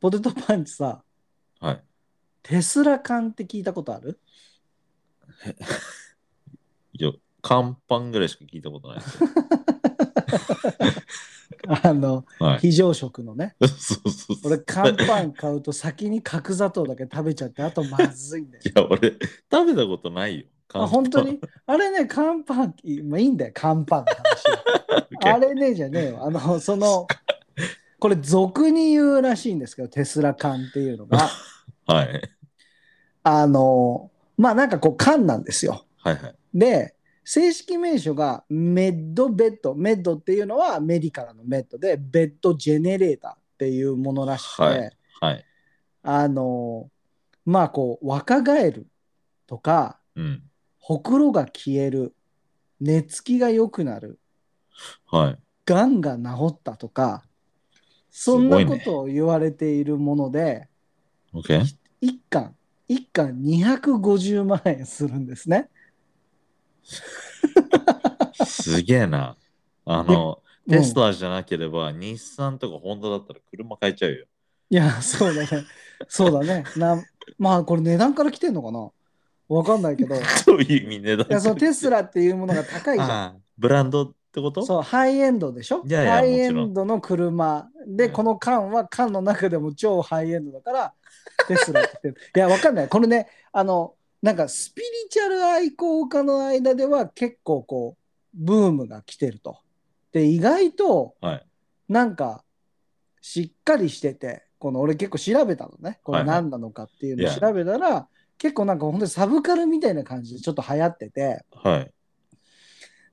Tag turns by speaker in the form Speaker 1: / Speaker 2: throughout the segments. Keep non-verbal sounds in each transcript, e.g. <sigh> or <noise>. Speaker 1: ポテトパンチさ、
Speaker 2: はい。
Speaker 1: テスラ缶って聞いたことある
Speaker 2: 一応、乾パンぐらいしか聞い
Speaker 1: <laughs>
Speaker 2: たことないですよ。
Speaker 1: あの、
Speaker 2: はい。 <laughs>
Speaker 1: 非常食のね。
Speaker 2: そうそうそう。
Speaker 1: 俺、乾パン買うと先に角砂糖だけ食べちゃって、あとまずい
Speaker 2: <laughs>
Speaker 1: んだよ
Speaker 2: い。や、俺、食べたことないよ。
Speaker 1: あ、本当にあれね、乾パン、いまあ、いいんだよ、乾パンの
Speaker 2: <laughs>
Speaker 1: 話は。あ
Speaker 2: あれ
Speaker 1: れね、じゃねえよ。あの、その、これ、俗に言うらしいんですけど、テスラ缶っていうの
Speaker 2: <laughs>
Speaker 1: が、
Speaker 2: はい。はい
Speaker 1: あの、まあなんかこう、缶なんですよ。
Speaker 2: はい。
Speaker 1: で、正式名称がメッドベッド。メッドっていうのはアメリカのメッドで、ベッドジェネレーターっていうものらしくて、
Speaker 2: はいはい。
Speaker 1: あの、まあこう、若返るとか、
Speaker 2: うん。
Speaker 1: ほくろが消える、寝つきが良くなる、
Speaker 2: はい。
Speaker 1: がんが治ったとか、そんなことを言われているもので、
Speaker 2: OK?
Speaker 1: 一巻、一巻250万円するんですね。
Speaker 2: すげ
Speaker 1: <laughs>
Speaker 2: えな。あの、
Speaker 1: で
Speaker 2: テスラじゃなければ、日産とかホンダだったら車買えちゃうよ。 <laughs>
Speaker 1: いや、そうだね。そうだね。なまあ、これ値段から来てんのかなわかんないけど、い
Speaker 2: そういう意味ね。だ
Speaker 1: や、そのテスラっていうものが高いじゃん。
Speaker 2: ああブランドってこと
Speaker 1: そう、ハイエンドでしょ
Speaker 2: いやいや
Speaker 1: ハイエ
Speaker 2: もちろ
Speaker 1: ン
Speaker 2: ん
Speaker 1: ドの車。で、
Speaker 2: うん
Speaker 1: この缶は缶の中でも超ハイエンドだ
Speaker 2: <laughs>
Speaker 1: から、テスラって言ってる。いや、わかんない。これね、あの、なんかスピリチュアル愛好家の間では結構こう、ブームが来てると。で、意外と、
Speaker 2: はい。
Speaker 1: なんか、しっかりしてて、この俺結構調べたのね。これ
Speaker 2: はいはい
Speaker 1: 何なのかっていうのを
Speaker 2: いや
Speaker 1: 調べたら、結構なんか本当にサブカルみたいな感じでちょっと流行ってて。
Speaker 2: はい。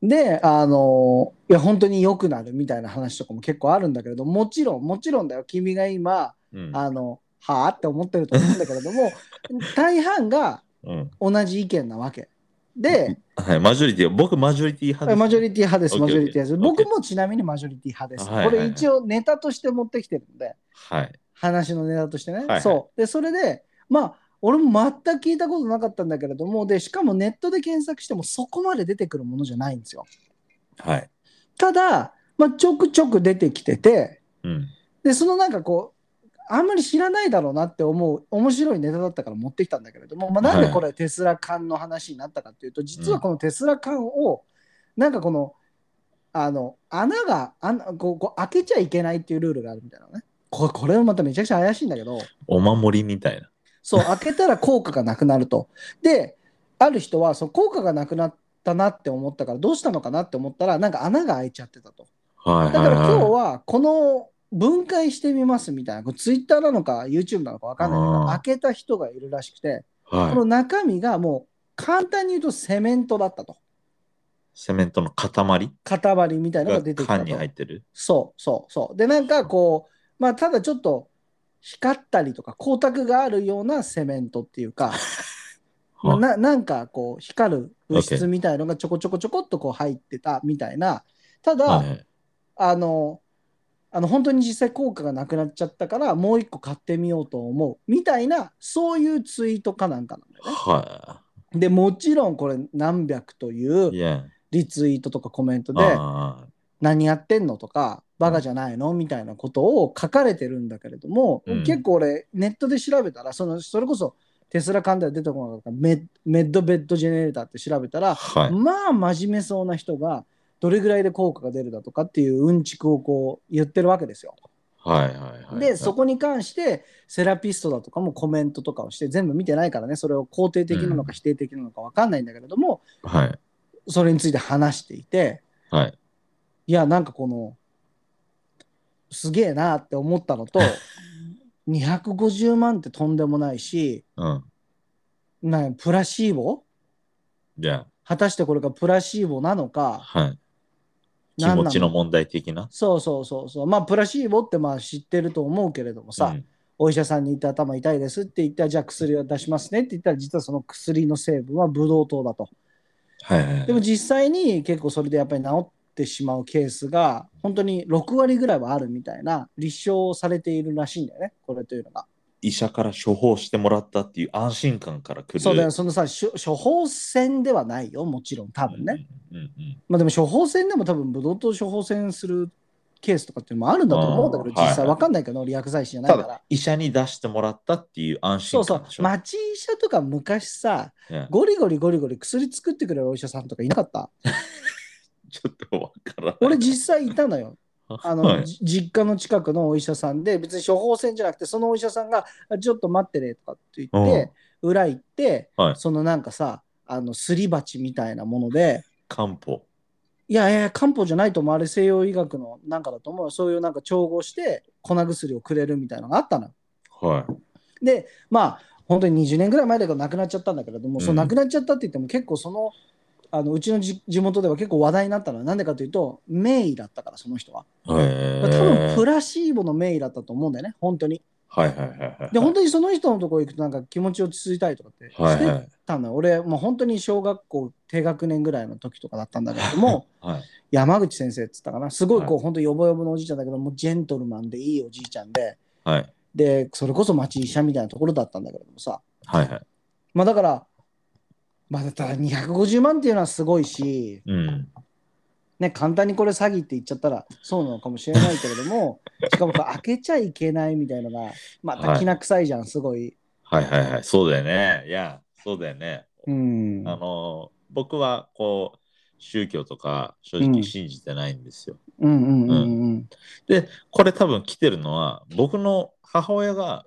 Speaker 1: で、あのいや、本当に良くなるみたいな話とかも結構あるんだけれど、もちろん、もちろんだよ。君が今、
Speaker 2: うん。
Speaker 1: あの、はあって思ってると思うんだけれども、 <laughs> 大半が
Speaker 2: うん、
Speaker 1: 同じ意見なわけ。で、
Speaker 2: はい。マジョリティ、僕マジョリティ派です。
Speaker 1: マジョリティ派です、
Speaker 2: OK
Speaker 1: マジョリティ派です。
Speaker 2: OK
Speaker 1: 僕もちなみにマジョリティ派です。
Speaker 2: はいはい
Speaker 1: こ
Speaker 2: は
Speaker 1: れ
Speaker 2: い
Speaker 1: 一応ネタとして持ってきてるんで、
Speaker 2: はい。
Speaker 1: 話のネタとしてね。
Speaker 2: いはい
Speaker 1: そう。で、それで、まあ、俺も全く聞いたことなかったんだけれども、で、しかもネットで検索してもそこまで出てくるものじゃないんですよ。
Speaker 2: はい。
Speaker 1: ただ、まあ、ちょくちょく出てきてて
Speaker 2: うん。
Speaker 1: でそのなんかこうあんまり知らないだろうなって思う面白いネタだったから持ってきたんだけれども、まあ、なんでこれテスラ缶の話になったかっていうと、実はこのテスラ缶をなんかこのあの穴があこうこう開けちゃいけないっていうルールがあるみたいなのねここれもまためちゃくちゃ怪しいんだけど
Speaker 2: お守りみたいな。
Speaker 1: そう開けたら効果がなくなるとである人はその効果がなくなったなって思ったからどうしたのかなって思ったらなんか穴が開いちゃってたと。
Speaker 2: はい。
Speaker 1: だから今日
Speaker 2: は
Speaker 1: はこの分解してみますみたいな、これツイッターなのか YouTube なのか分かんないけ
Speaker 2: う
Speaker 1: ど、
Speaker 2: ん
Speaker 1: 開けた人がいるらしくて、
Speaker 2: いはい、
Speaker 1: こ
Speaker 2: はい。
Speaker 1: の中身がもう簡単に言うとセメントだったと。
Speaker 2: セメントの塊
Speaker 1: 塊みたいなのが出
Speaker 2: が
Speaker 1: てきた
Speaker 2: 缶に
Speaker 1: と。
Speaker 2: 入ってる。
Speaker 1: そうそうそう。で、なんかこう、まあただちょっと光ったりとか光沢があるようなセメントっていうか、まあななんかこう光る物質
Speaker 2: OK
Speaker 1: みたいのがちょこちょこちょこっとこう入ってたみたいな、ただ、
Speaker 2: はいはい
Speaker 1: あの、あの本当に実際効果がなくなっちゃったから、もう一個買ってみようと思うみたいな、そういうツイートかなんかなんだよね。
Speaker 2: は
Speaker 1: で、もちろんこれ何百とい
Speaker 2: い。いうや。
Speaker 1: リツイートとかコメントで、
Speaker 2: あ
Speaker 1: 何やってんのとか、バカじゃないのみたいなことを書かれてるんだけれども、
Speaker 2: うん
Speaker 1: 結構俺、ネットで調べたら、そのそれこそテスラ関連出てこなかったメメッドベッドジェネレーターって調べた
Speaker 2: あ
Speaker 1: ら、
Speaker 2: はい。
Speaker 1: まあ真面目そうな人がどれぐらいで効果が出るだとかっていううんちくをこう言ってるわけですよ。
Speaker 2: はいはいはい。
Speaker 1: でそこに関してセラピストだとかもコメントとかをして全部見てないからねそれを肯定的なのか否定的なのか分かんないんだけれども、
Speaker 2: はい。
Speaker 1: それについて話していて
Speaker 2: はい。
Speaker 1: いやなんかこのすげえなって思ったのと
Speaker 2: <laughs>
Speaker 1: 250万ってとんでもないし
Speaker 2: うん。
Speaker 1: なんプラシーボ
Speaker 2: じゃ
Speaker 1: 果たしてこれがプラシーボなの
Speaker 2: あ、
Speaker 1: か
Speaker 2: はい。気
Speaker 1: 何な
Speaker 2: 持ちの問題的な。
Speaker 1: そうそうそうそうまあプラシーボってまあ知ってると思うけれどもさ、
Speaker 2: うん
Speaker 1: お医者さんに行って頭痛いですって言ったら、じゃあ薬を出しますねって言ったら、実はその薬の成分はブドウ糖だと。
Speaker 2: はいはいはい。
Speaker 1: でも実際に結構それでやっぱり治ってしまうケースが、本当に6割ぐらいはあるみたいな立証されているらしいんだよね、これというのが。
Speaker 2: 医者から処方してもらったっていう安心感からくる。
Speaker 1: そうだよ、そのさ、しょ処方箋ではないよ、もちろん、多分ね。
Speaker 2: うんうんうんうん。
Speaker 1: まあでも処方箋でも多分ブドウ糖処方箋するケースとかっていうのもあるんだと思うんだけど、
Speaker 2: あーはい
Speaker 1: 実際わかんないけど、リアク剤師じゃない
Speaker 2: た
Speaker 1: から
Speaker 2: だ。医者に出してもらったっていう安
Speaker 1: そ
Speaker 2: 心
Speaker 1: うそ
Speaker 2: 感
Speaker 1: う
Speaker 2: でしょ
Speaker 1: 町医者とか昔さ
Speaker 2: ね
Speaker 1: ゴリゴリゴリゴリ薬作ってくれるお医者さんとかいなかった
Speaker 2: ちょっとわからない <laughs>
Speaker 1: 俺実際いたのよあの、
Speaker 2: はい
Speaker 1: じ実家の近くのお医者さんで別に処方箋じゃなくてそのお医者さんが「ちょっと待ってね」とかって言って裏行って、
Speaker 2: はい
Speaker 1: そのなんかさあのすり鉢みたいなもので
Speaker 2: 漢方
Speaker 1: いやいや漢方じゃないと思うあれ西洋医学のなんかだと思うよそういうなんか調合して粉薬をくれるみたいなのがあったのよ
Speaker 2: はい
Speaker 1: でまあ本当に20年ぐらい前だけど亡くなっちゃったんだけれども、
Speaker 2: うん
Speaker 1: その亡くなっちゃったって言っても結構そのあのうちのじ地元では結構話題になったのはなんでかというと名医だったからその人は
Speaker 2: はい
Speaker 1: 多分プラシーボの名医だったと思うんだよね本当に
Speaker 2: はいはいはいはい
Speaker 1: で本当にその人のところ行くとなんか気持ち落ち着いたりとかってしてたの
Speaker 2: はい
Speaker 1: よ、
Speaker 2: はい
Speaker 1: 俺もう本当に小学校低学年ぐらいの時とかだったんだけれど
Speaker 2: <laughs>
Speaker 1: も
Speaker 2: はい
Speaker 1: 山口先生っつったかなすごいこう、本当にヨボヨボのおじいちゃんだけどもうジェントルマンでいいおじいちゃんで
Speaker 2: はい
Speaker 1: でそれこそ町医者みたいなところだったんだけれどもさ
Speaker 2: はいはい
Speaker 1: まあだから、まあ、だったら250万っていうのはすごいし、
Speaker 2: うん
Speaker 1: ね、簡単にこれ詐欺って言っちゃったらそうなのかもしれないけれども、
Speaker 2: <laughs>
Speaker 1: しかもこれ開けちゃいけないみたいのが、またきな臭いじゃん、すごい。
Speaker 2: はいはいはいそうだよねいやそうだよね
Speaker 1: うん。
Speaker 2: あの僕はこう宗教とか正
Speaker 1: うん
Speaker 2: 直信じてないんですよ、
Speaker 1: うんうんうんうん。
Speaker 2: でこれ多分来てるのは僕の母親が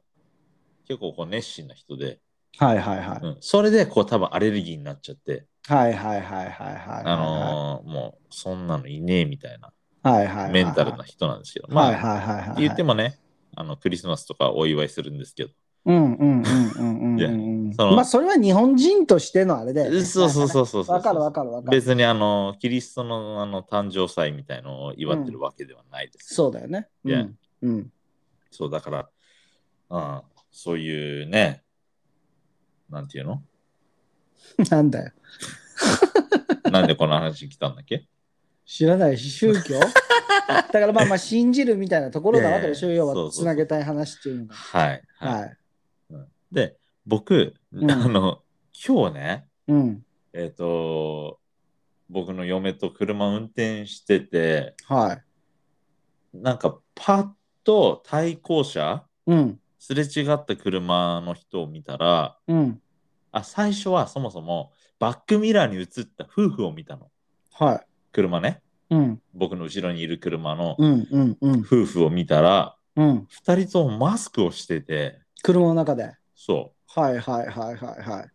Speaker 2: 結構こう熱心な人で、
Speaker 1: はいはいはい。
Speaker 2: うん、それでこう多分アレルギーになっちゃって、
Speaker 1: はいはいはいはいはい。
Speaker 2: あのーもうそんなのいねえみたいな
Speaker 1: はいはいはい。
Speaker 2: メンタルな。人なんですけど、
Speaker 1: はいはい
Speaker 2: まあ、
Speaker 1: はいはい。
Speaker 2: 言ってもねあのクリスマスとかお祝いするんですけど、
Speaker 1: うんうんうんうんうん
Speaker 2: いや
Speaker 1: うん。
Speaker 2: その
Speaker 1: まあそれは日本人としてのあれだよね。
Speaker 2: そうそうそうそうそう
Speaker 1: わかるわかるわかる。
Speaker 2: 別にあのキリストのあの誕生祭みたいのを祝ってるわけではないです、
Speaker 1: そうだよね。
Speaker 2: いや
Speaker 1: うんうん。
Speaker 2: そうだから、うん、そういうね、なんていうの
Speaker 1: なんだよ。
Speaker 2: なんでこの話に来たんだっ
Speaker 1: <laughs>
Speaker 2: け
Speaker 1: 知らないし宗
Speaker 2: <laughs>
Speaker 1: 教だからまあまあ信じるみたいなところなわけでしょ、
Speaker 2: いやいや
Speaker 1: 要
Speaker 2: そう
Speaker 1: は
Speaker 2: そ
Speaker 1: つ
Speaker 2: う
Speaker 1: なげたい話っていうのが。
Speaker 2: はい。はい
Speaker 1: はい。
Speaker 2: で、僕、
Speaker 1: うん
Speaker 2: あの、今日ね、
Speaker 1: うん。
Speaker 2: えっ、と、僕の嫁と車運転してて、
Speaker 1: はい。
Speaker 2: なんかパッと対向車、
Speaker 1: うん。
Speaker 2: すれ違った車の人を見たら、
Speaker 1: うん。
Speaker 2: あ最初はそもそもバックミラーに映った夫婦を見たの。
Speaker 1: はい。
Speaker 2: 車ね。
Speaker 1: うん。
Speaker 2: 僕の後ろにいる車の
Speaker 1: うん。うん。うん。
Speaker 2: 夫婦を見たら、
Speaker 1: うん。
Speaker 2: 2人ともマスクをしてて、
Speaker 1: 車の中で。はい
Speaker 2: そ
Speaker 1: はいはいはいは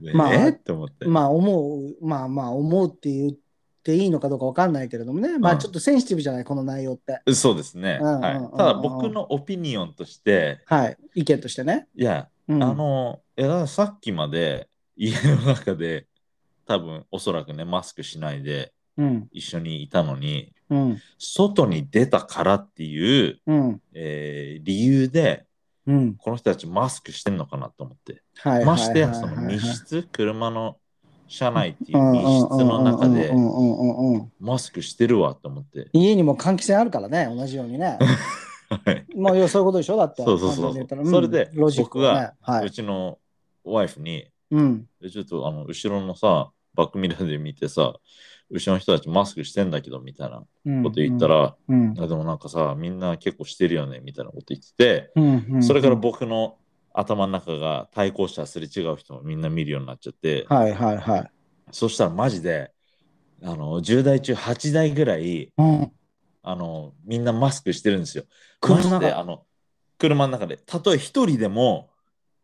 Speaker 2: う。
Speaker 1: まあ
Speaker 2: えーって思って。
Speaker 1: い。まあ思う、まあまあ思うって言っていいのかどうかわかんないけれどもね。まあちょっとセンシティブじゃない、この内容って。
Speaker 2: そうですね、
Speaker 1: うんうんうん
Speaker 2: はい。ただ僕のオピニオンとして、
Speaker 1: はい。意見としてね。
Speaker 2: いや、
Speaker 1: うん、
Speaker 2: あの、いやだからさっきまで家の中で、多分おそらくね、マスクしないで
Speaker 1: うん。
Speaker 2: 一緒にいたのに、
Speaker 1: うん。
Speaker 2: 外に出たからっていう、
Speaker 1: うん。
Speaker 2: えー理由で、
Speaker 1: うん。
Speaker 2: この人たちマスクしてんのかなと思って。
Speaker 1: はい。
Speaker 2: ましてや、
Speaker 1: はい
Speaker 2: そ
Speaker 1: はい
Speaker 2: の
Speaker 1: はいはい
Speaker 2: 密室、車の車内っていううん
Speaker 1: うん
Speaker 2: 密室の中で
Speaker 1: うんうんうんうんうん。
Speaker 2: マスクしてるわと思って。
Speaker 1: 家にも換気扇あるからね、同じように
Speaker 2: <laughs>
Speaker 1: ね。
Speaker 2: はい
Speaker 1: まあ、要はそういうことでしょだって。
Speaker 2: そうそうそ
Speaker 1: 簡単
Speaker 2: う
Speaker 1: に言ったら
Speaker 2: それで
Speaker 1: ロジックはね、は
Speaker 2: <laughs> う
Speaker 1: い。
Speaker 2: ちのワイフに、
Speaker 1: うん。
Speaker 2: えちょっとあの後ろのさ、バックミラーで見てさ、後ろの人たちマスクしてんだけどみたいなこと言ったら、
Speaker 1: うん、
Speaker 2: あでもなんかさ、みんな結構してるよねみたいなこと言って
Speaker 1: うん。うん。
Speaker 2: て、それから
Speaker 1: うん、
Speaker 2: 僕の頭の中が対抗者すれ違う人もみんな見るようになっちゃって、
Speaker 1: はいはいはい。
Speaker 2: そしたらマジで、あの10代中8代ぐらい
Speaker 1: うん。
Speaker 2: あのみんなマスクしてるんですよ。
Speaker 1: 車の
Speaker 2: マ
Speaker 1: 中
Speaker 2: ジであの車の中で。たとえ一人でも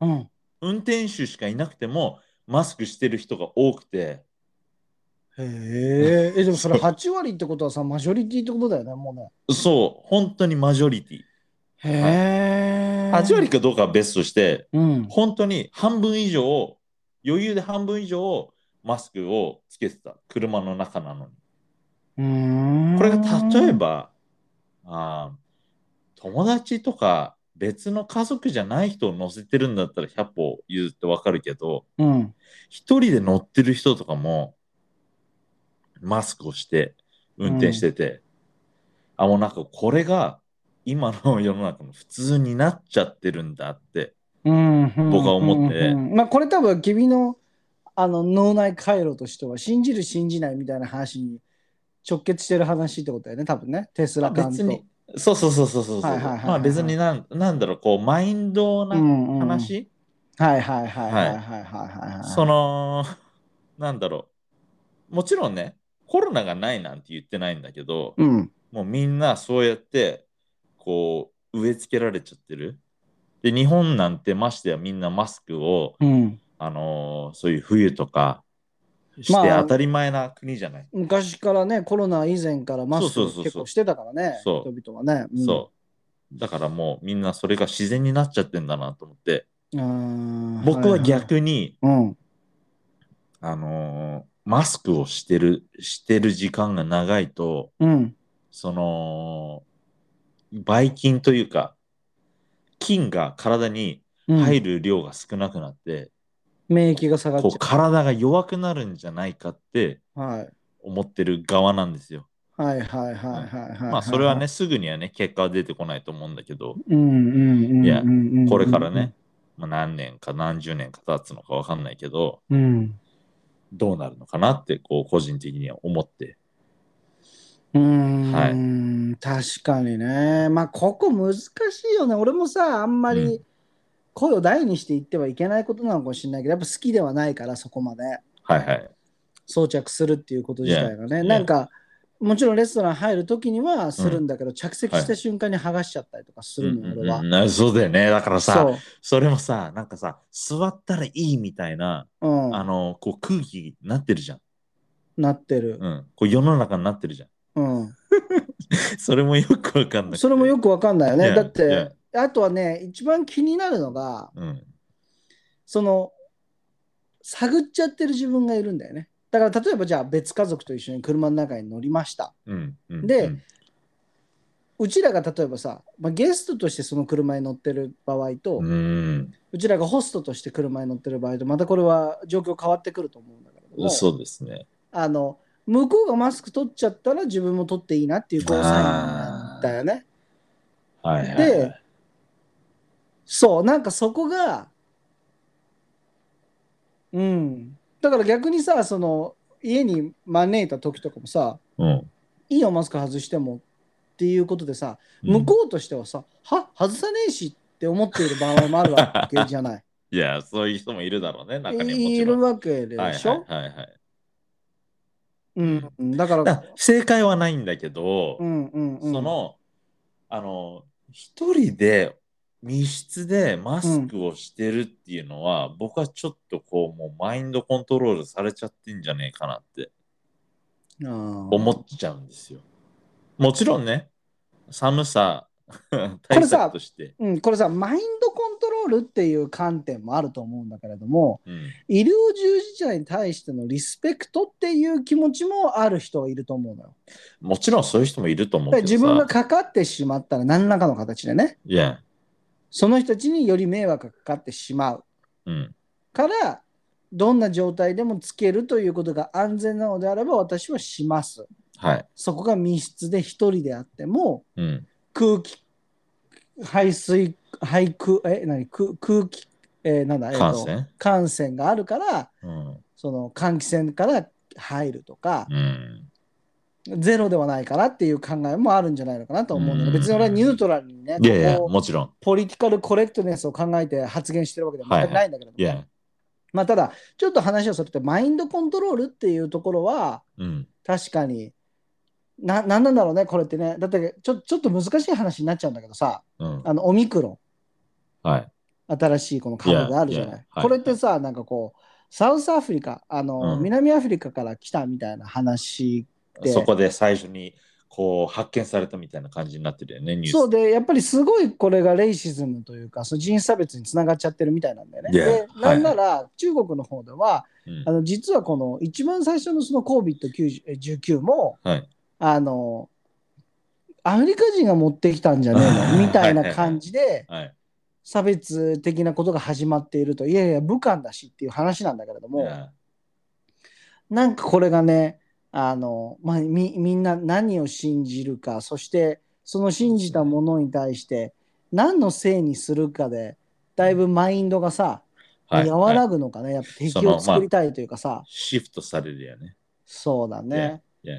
Speaker 1: うん。
Speaker 2: 運転手しかいなくてもマスクしてる人が多くて
Speaker 1: へえ。え、でもそれ8割ってことはさ、マジョリティってことだよね、もうね。
Speaker 2: そう本当にマジョリティ
Speaker 1: へえ。
Speaker 2: 8割かどうかは別として
Speaker 1: うん。
Speaker 2: 本当に半分以上余裕で半分以上マスクをつけてた車の中なのに
Speaker 1: うーん。
Speaker 2: これが例え。ばあー友達とか別の家族じゃない人を乗せてるんだったら100歩譲ってわかるけど
Speaker 1: うん。
Speaker 2: 一人で乗ってる人とかも、マスクをして、運転してて、あ、もうなんかこれが今の世の中の普通になっちゃってるんだって。
Speaker 1: うん。
Speaker 2: 僕は思って
Speaker 1: うんうんうんまあ、これ多分君のあの脳内回路としては、信じる信じないみたいな話に直結してる話ってことだよね、多分ね。テスラ感
Speaker 2: 別
Speaker 1: と。
Speaker 2: に、そうそうそうそうそうそう。
Speaker 1: はいはいはいはい
Speaker 2: まあ別になん、なんだろう、こう、マインド
Speaker 1: う
Speaker 2: なん
Speaker 1: うん
Speaker 2: 話、
Speaker 1: はいはいはいはいはいはいはいはい。
Speaker 2: その、なんだろう。もちろんね、コロナがないなんて言ってないんだけど、
Speaker 1: うん。
Speaker 2: もうみんなそうやって、こう、植え付けられちゃってる。で、日本なんてましてやみんなマスクを、
Speaker 1: うん。
Speaker 2: あのーそういう冬とかして
Speaker 1: まあ
Speaker 2: 当たり前な国じゃない。
Speaker 1: 昔からね、コロナ以前からマスク
Speaker 2: そうそうそうそう
Speaker 1: 結構してたからね、
Speaker 2: そ
Speaker 1: 人
Speaker 2: う
Speaker 1: 々はね。うん
Speaker 2: そう。だからもうみんなそれが自然になっちゃってんだなと思って、
Speaker 1: あー
Speaker 2: 僕は。
Speaker 1: いい
Speaker 2: 逆に、
Speaker 1: うん。
Speaker 2: あのーマスクをしてる、してる時間が長いと、
Speaker 1: うん。
Speaker 2: その、ばい菌というか、菌が体に
Speaker 1: うん
Speaker 2: 入る量が少なくなって、
Speaker 1: 免疫が下がっ
Speaker 2: こ
Speaker 1: ち
Speaker 2: う体が弱くなるんじゃないかって
Speaker 1: ゃう。はい。
Speaker 2: 思ってる側なんですよ。
Speaker 1: はいはいはいはいはい。
Speaker 2: まあそれはね、。すぐにはね、結果は出てこないと思うんだけど、
Speaker 1: うんうんうんうんうんうん。
Speaker 2: いやこれからね。、まあ、何年か何十年か経つのか分かんないけど、
Speaker 1: うん。
Speaker 2: どうなるのかなって、こう、個人的には思って。
Speaker 1: うーん、確かにね。まあ、ここ難しいよね。俺もさ、あんま
Speaker 2: う
Speaker 1: り声を大にして言ってはいけないことなのかもしれないけど、やっぱ好きではないから、そこまで
Speaker 2: はいはい。
Speaker 1: 装着するっていうこと自体がね。
Speaker 2: Yeah.
Speaker 1: なんか、もちろんレストラン入るときにはするんだけど、着席した瞬間に剥がしちゃったりとかするのよ、俺は。
Speaker 2: うんうんうんそうだよね。だからさ、
Speaker 1: そ
Speaker 2: それもさ、なんかさ、座ったらいいみたいな、
Speaker 1: う、うん、
Speaker 2: あの、こう、空気になってるじゃん。
Speaker 1: なってる。
Speaker 2: うん。こう、世の中になってるじゃん。 <laughs>
Speaker 1: うん
Speaker 2: それもよく分かんない。
Speaker 1: それもよくわかんないよね。
Speaker 2: Yeah,
Speaker 1: だって、あとはね、一番気になるのが、
Speaker 2: うん。
Speaker 1: その、探っちゃってる自分がいるんだよね。だから、例えばじゃあ別家族と一緒に車の中に乗りました。
Speaker 2: うん。うん。
Speaker 1: で
Speaker 2: うん
Speaker 1: うちらが例えばさ、まあ、ゲストとしてその車に乗ってる場合と、う
Speaker 2: うん。
Speaker 1: ちらがホストとして車に乗ってる場合と、またこれは状況変わってくると思うんだけれども、
Speaker 2: そうですね。
Speaker 1: あの、向こうがマスク取っちゃったら自分も取っていいなっていうこうサインなんだよね。
Speaker 2: はいはい、はい。
Speaker 1: でそう、なんかそこが、うん。だから逆にさ、その、家に招いた時とかもさ、
Speaker 2: うん、
Speaker 1: いいよ、マスク外してもっていうことでさ、向こうとしてはさ、は外さねえしって思っている場合もあるわけじゃない。
Speaker 2: うん。いや、そういう人もいるだろうね、 <laughs> 中にはも
Speaker 1: い
Speaker 2: ちろ
Speaker 1: る
Speaker 2: ん。
Speaker 1: わけでしょ、
Speaker 2: はいはいはいはい
Speaker 1: うん。だから、
Speaker 2: だから正解はないんだけど、
Speaker 1: うんうんうん。
Speaker 2: そ、のあの一人で密室でマスクをしてるっていうのは、僕はちょっとこうもうマインドコントロールされちゃってんじゃねえかなって思っちゃうんですよ。もちろんね寒さ対策として。
Speaker 1: うん、これさ、マインドコントロールっていう観点もあると思うんだけれども、
Speaker 2: うん
Speaker 1: 医療従事者に対してのリスペクトっていう気持ちもある人はいると思うのよ。
Speaker 2: もちろんそういう人もいると思
Speaker 1: だ
Speaker 2: う
Speaker 1: か
Speaker 2: け
Speaker 1: ら
Speaker 2: どさ。
Speaker 1: 自分がかかってしまったら何らかの形でね、
Speaker 2: いや、
Speaker 1: その人たちにより迷惑がかかってしまう
Speaker 2: うん、
Speaker 1: から、どんな状態でもつけるということが安全なのであれば私はします。
Speaker 2: はい、
Speaker 1: そこが密室で一人であっても
Speaker 2: うん、
Speaker 1: 空気、排水、排空、え、何、空空気、えーなんだ、えーと
Speaker 2: 感染。
Speaker 1: 感染があるから、
Speaker 2: うん、
Speaker 1: その換気扇から入るとか、
Speaker 2: うん、
Speaker 1: ゼロではないかなっていう考えもあるんじゃないのかなと思うの
Speaker 2: う
Speaker 1: で、
Speaker 2: ん
Speaker 1: 別に俺はニュートラルにね、
Speaker 2: いやいや、
Speaker 1: こう
Speaker 2: もちろん。
Speaker 1: ポリティカルコレクトネスを考えて発言してるわけでは全くないんだけども
Speaker 2: い
Speaker 1: ね、
Speaker 2: や、
Speaker 1: まあただ、ちょっと話をすると、マインドコントロールっていうところは、
Speaker 2: うん、
Speaker 1: 確かに、な、なんなんだろうね、これってね。だってちょ、ちょっと難しい話になっちゃうんだけどさ、
Speaker 2: うん、
Speaker 1: あの、オミクロ
Speaker 2: はい、
Speaker 1: ン、新しいこの株があるじゃないい。
Speaker 2: やいやはい
Speaker 1: これってさ、なんかこう、サウスアフリカ、あの、
Speaker 2: うん
Speaker 1: 南アフリカから来たみたいな話で
Speaker 2: そこで最初にこう発見されたみたいな感じになってるよね、ニュース。
Speaker 1: そうでやっぱりすごいこれがレイシズムというかその人種差別につながっちゃってるみたいなんだよね。
Speaker 2: いや
Speaker 1: で
Speaker 2: は
Speaker 1: ないんなら中国の方では
Speaker 2: うん
Speaker 1: あの実はこの一番最初のその COVID-19 も
Speaker 2: はい、
Speaker 1: あのアフリカ人が持ってきたんじゃねえ
Speaker 2: <laughs>
Speaker 1: のみたいな感じで
Speaker 2: はい。
Speaker 1: 差別的なことが始まっているといやいや武漢だしっていう話なんだけれど
Speaker 2: い
Speaker 1: も
Speaker 2: や
Speaker 1: なんかこれがねあの、まあ、みみんな何を信じるかそしてその信じたものに対して何のせいにするかでだいぶマインドがさ、
Speaker 2: はい
Speaker 1: 和
Speaker 2: はい
Speaker 1: らぐのかねやっぱ敵
Speaker 2: そのま
Speaker 1: を
Speaker 2: あ
Speaker 1: 作りたいというかさ
Speaker 2: シフトされるよね。
Speaker 1: そうだね。
Speaker 2: Yeah, yeah.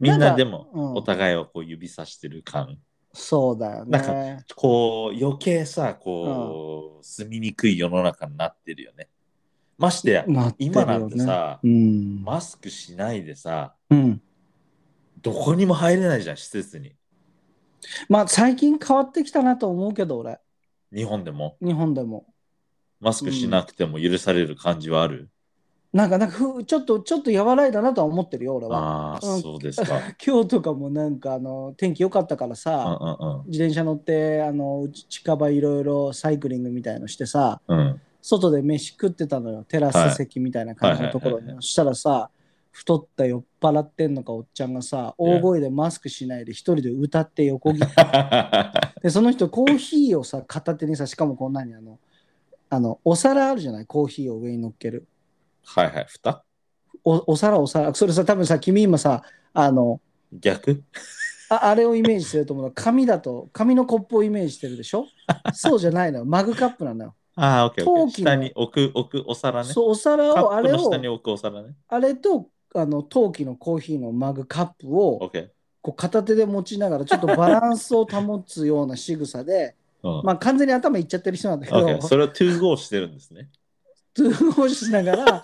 Speaker 2: みん
Speaker 1: なん
Speaker 2: な
Speaker 1: か
Speaker 2: でも
Speaker 1: うん
Speaker 2: お互いをこう指さしてる感
Speaker 1: そうだよ
Speaker 2: なん
Speaker 1: ね。
Speaker 2: こう余計さこう、住みにくい世の中になってるよねましてや
Speaker 1: なってるよ
Speaker 2: 今
Speaker 1: ね
Speaker 2: なんてさ、
Speaker 1: うん。
Speaker 2: マスクしないでさ
Speaker 1: うん、
Speaker 2: どこにも入れないじゃん施設に
Speaker 1: まあ最近変わってきたなと思うけど俺
Speaker 2: 日本でも
Speaker 1: 日本でも
Speaker 2: マスクしなくても許される感じはある、
Speaker 1: なんかなんかふちょっとちょっと和らいだなとは思ってるよ俺は
Speaker 2: ああ、
Speaker 1: うん
Speaker 2: そうで
Speaker 1: <laughs>
Speaker 2: すか
Speaker 1: 今日とかもなんかあの天気良かったからさ、
Speaker 2: う
Speaker 1: 自転車乗ってあのうち近場いろいろサイクリングみたいのしてさ
Speaker 2: んうんうんうん <laughs>
Speaker 1: 外で飯食ってたのよテラス席みたいな感じのところ
Speaker 2: はいはいはい
Speaker 1: にそしたらさ太った酔っ払ってんのかおっちゃんがさ大声でマスクしないで一人で歌って横
Speaker 2: <laughs>
Speaker 1: 切ってでその人コーヒーをさ片手にさしかもこんなにあのあのお皿あるじゃないコーヒーを上に乗っける
Speaker 2: はいはい蓋
Speaker 1: おお皿お皿それさ多分さ君今さあの
Speaker 2: 逆
Speaker 1: ああれをイメージしてると思うの紙だと紙のコップをイメージしてるでしょ <laughs> そうじゃないのよマグカップなのよ、
Speaker 2: ああ、オッケーオッケ
Speaker 1: 陶器
Speaker 2: ー。
Speaker 1: の
Speaker 2: 下に置く、置くお皿ね。
Speaker 1: そうお皿
Speaker 2: カ
Speaker 1: を
Speaker 2: ッ
Speaker 1: あ
Speaker 2: プ
Speaker 1: れ
Speaker 2: の下に
Speaker 1: を
Speaker 2: 置くお皿ね。
Speaker 1: あれとあの陶器のコーヒーのマグカップ
Speaker 2: オッ
Speaker 1: を
Speaker 2: ケー。
Speaker 1: こう片手で持ちながらちょっとバランスを保つような仕草で
Speaker 2: うん。
Speaker 1: まあ完全に頭いっちゃってる人なんだけ
Speaker 2: オッケ
Speaker 1: ど
Speaker 2: ー。それを to go してるんですね。
Speaker 1: 通報しなが <laughs> ら、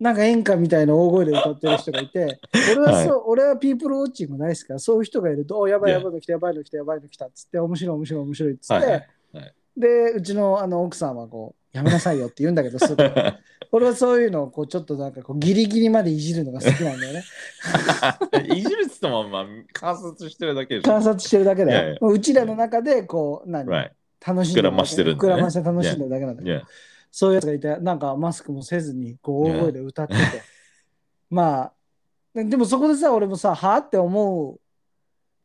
Speaker 1: なんか演歌みたいな大声で歌ってる人がいて、俺はそう、俺はピープルウォッチングないですから、そういう人がいると、おやばいやばいの来た、やばいの来た、やばいの来たっつって、面白い、面白い、面白いっつって、
Speaker 2: はいはい。
Speaker 1: で、うちのあの奥さんはこう、やめなさいよって言うんだけど、すぐ俺はそういうのをこう、ちょっとなんかこう、ギリギリまでいじるのが好きなんだよね。
Speaker 2: いじるっつったまんま観察してるだけでし
Speaker 1: <laughs>
Speaker 2: ょ
Speaker 1: 観。察してるだけ
Speaker 2: いや
Speaker 1: だ
Speaker 2: いや
Speaker 1: よ。もううちらの中で、こう、何、
Speaker 2: Right.
Speaker 1: 楽しんで
Speaker 2: 膨らましてるんだ
Speaker 1: 膨
Speaker 2: ね
Speaker 1: らまして楽しんでるだけなんだけど
Speaker 2: Yeah.
Speaker 1: そういうやつがいて、なんかマスクもせずに、こう、大声で歌ってて。 <laughs> まあ、ででもそこでさ、俺もさ、はあって思う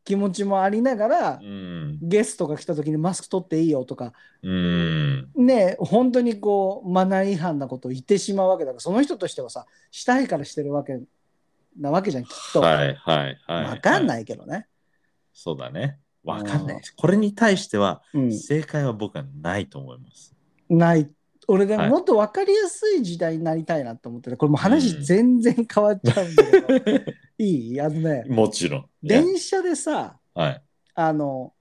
Speaker 1: 気持ちもありながら、
Speaker 2: うん。
Speaker 1: ゲストが来た時にマスク取っていいよとか、
Speaker 2: うん。
Speaker 1: ね、本当にこう、マナー違反なことを言ってしまうわけだから、その人としてはさ、したいからしてるわけなわけじゃん、きっと。
Speaker 2: はいはいはい。
Speaker 1: わかん
Speaker 2: い。
Speaker 1: ないけどね。
Speaker 2: そうだね。わかんな
Speaker 1: う
Speaker 2: い
Speaker 1: ん。
Speaker 2: これに対しては、
Speaker 1: うん
Speaker 2: 正解は僕はないと思います。
Speaker 1: ない俺で
Speaker 2: は
Speaker 1: も
Speaker 2: い
Speaker 1: もっと分かりやすい時代になりたいなと思っててこれもう話全然変わっちゃうんだけど、
Speaker 2: <laughs>
Speaker 1: いいあのね
Speaker 2: もちろん。
Speaker 1: 電車でさ
Speaker 2: はい。
Speaker 1: あの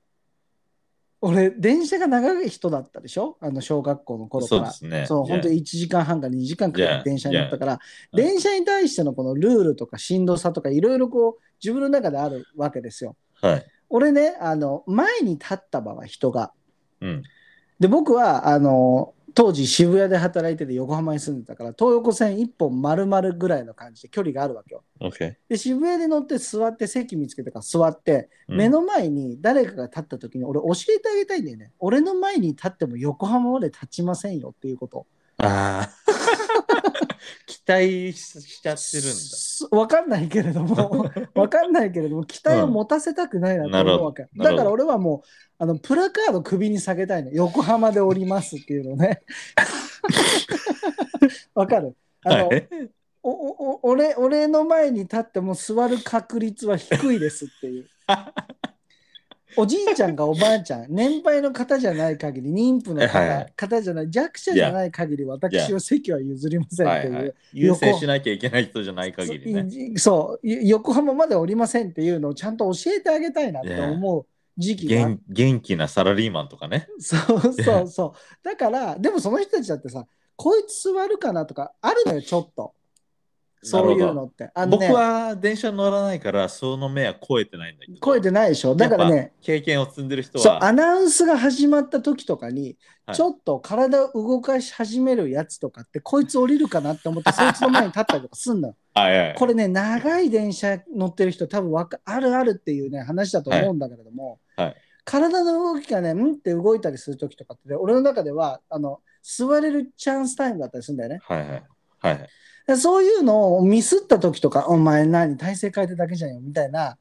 Speaker 1: 俺電車が長い人だったでしょあの小学校の頃か
Speaker 2: そうで
Speaker 1: ら
Speaker 2: すね。
Speaker 1: そう本当
Speaker 2: Yeah.
Speaker 1: に1時間半から2時間かけて
Speaker 2: Yeah.
Speaker 1: 電車に乗ったから、
Speaker 2: Yeah.
Speaker 1: 電車に対してのこのルールとかしんどさとかいろいろこう自分の中であるわけですよ
Speaker 2: はい。
Speaker 1: 俺ねあの前に立った場合人が
Speaker 2: うん。
Speaker 1: で僕はあの当時渋谷で働いてて横浜に住んでたから東横線1本丸々ぐらいの感じで距離があるわけよ。
Speaker 2: OK。
Speaker 1: で渋谷で乗って座って席見つけてから座って
Speaker 2: うん
Speaker 1: 目の前に誰かが立った時に俺教えてあげたいんだよね。俺の前に立っても横浜まで立ちませんよっていうこと。
Speaker 2: ああ。期待ししちゃってるんだ。
Speaker 1: すわかんないけれど
Speaker 2: <laughs>
Speaker 1: もわかんないけれども期待を持たせたくないなと思うわけ、
Speaker 2: うんな
Speaker 1: だ
Speaker 2: るほど
Speaker 1: から俺はもうあのプラカード首に下げたいの横浜で降りますっていうの
Speaker 2: <laughs>
Speaker 1: ねわかるあの、
Speaker 2: はい
Speaker 1: おおお俺俺の前に立っても座る確率は低いですって
Speaker 2: <laughs>
Speaker 1: いうおじいちゃんかおばあちゃん年配の方じゃない限り妊婦の方,、
Speaker 2: はいはい
Speaker 1: 方じゃない弱者じゃない限り私は席は譲りませんっていう、
Speaker 2: はいはい、優先しなきゃいけない人じゃない限りね。
Speaker 1: そそうよ横浜までおりませんっていうのをちゃんと教えてあげたいなって思う時期が、
Speaker 2: 元元気なサラリーマンとかね。
Speaker 1: <laughs> そうそうそうだからでもその人たちだってさこいつ座るかなとかあるのよちょっとそういうのってあの、
Speaker 2: 僕
Speaker 1: ね、
Speaker 2: は電車乗らないから、その目は超えてないんだけど。
Speaker 1: 声出ないでしょだから
Speaker 2: やっ
Speaker 1: ね
Speaker 2: 経験を積んでる人
Speaker 1: そうア
Speaker 2: は。
Speaker 1: ナウンスが始まった時とかに、
Speaker 2: はい
Speaker 1: ちょっと体を動かし始めるやつとかってこいつ降りるかなって思
Speaker 2: <laughs>
Speaker 1: ってそいつの前に立ったりとかすんのよ
Speaker 2: はいはい
Speaker 1: これね、長い電車乗ってる人、多分わかあるあるっていうね、話だと思うんだけれども、
Speaker 2: はいはい
Speaker 1: 体の動きがね、うんって動いたりするときとかってね、俺の中ではあの、座れるチャンスタイムだったりするんだよね。
Speaker 2: はいはいはいはい。
Speaker 1: でそういうのをミスったときとか、お前何、体勢変えてだけじゃんよみたいな、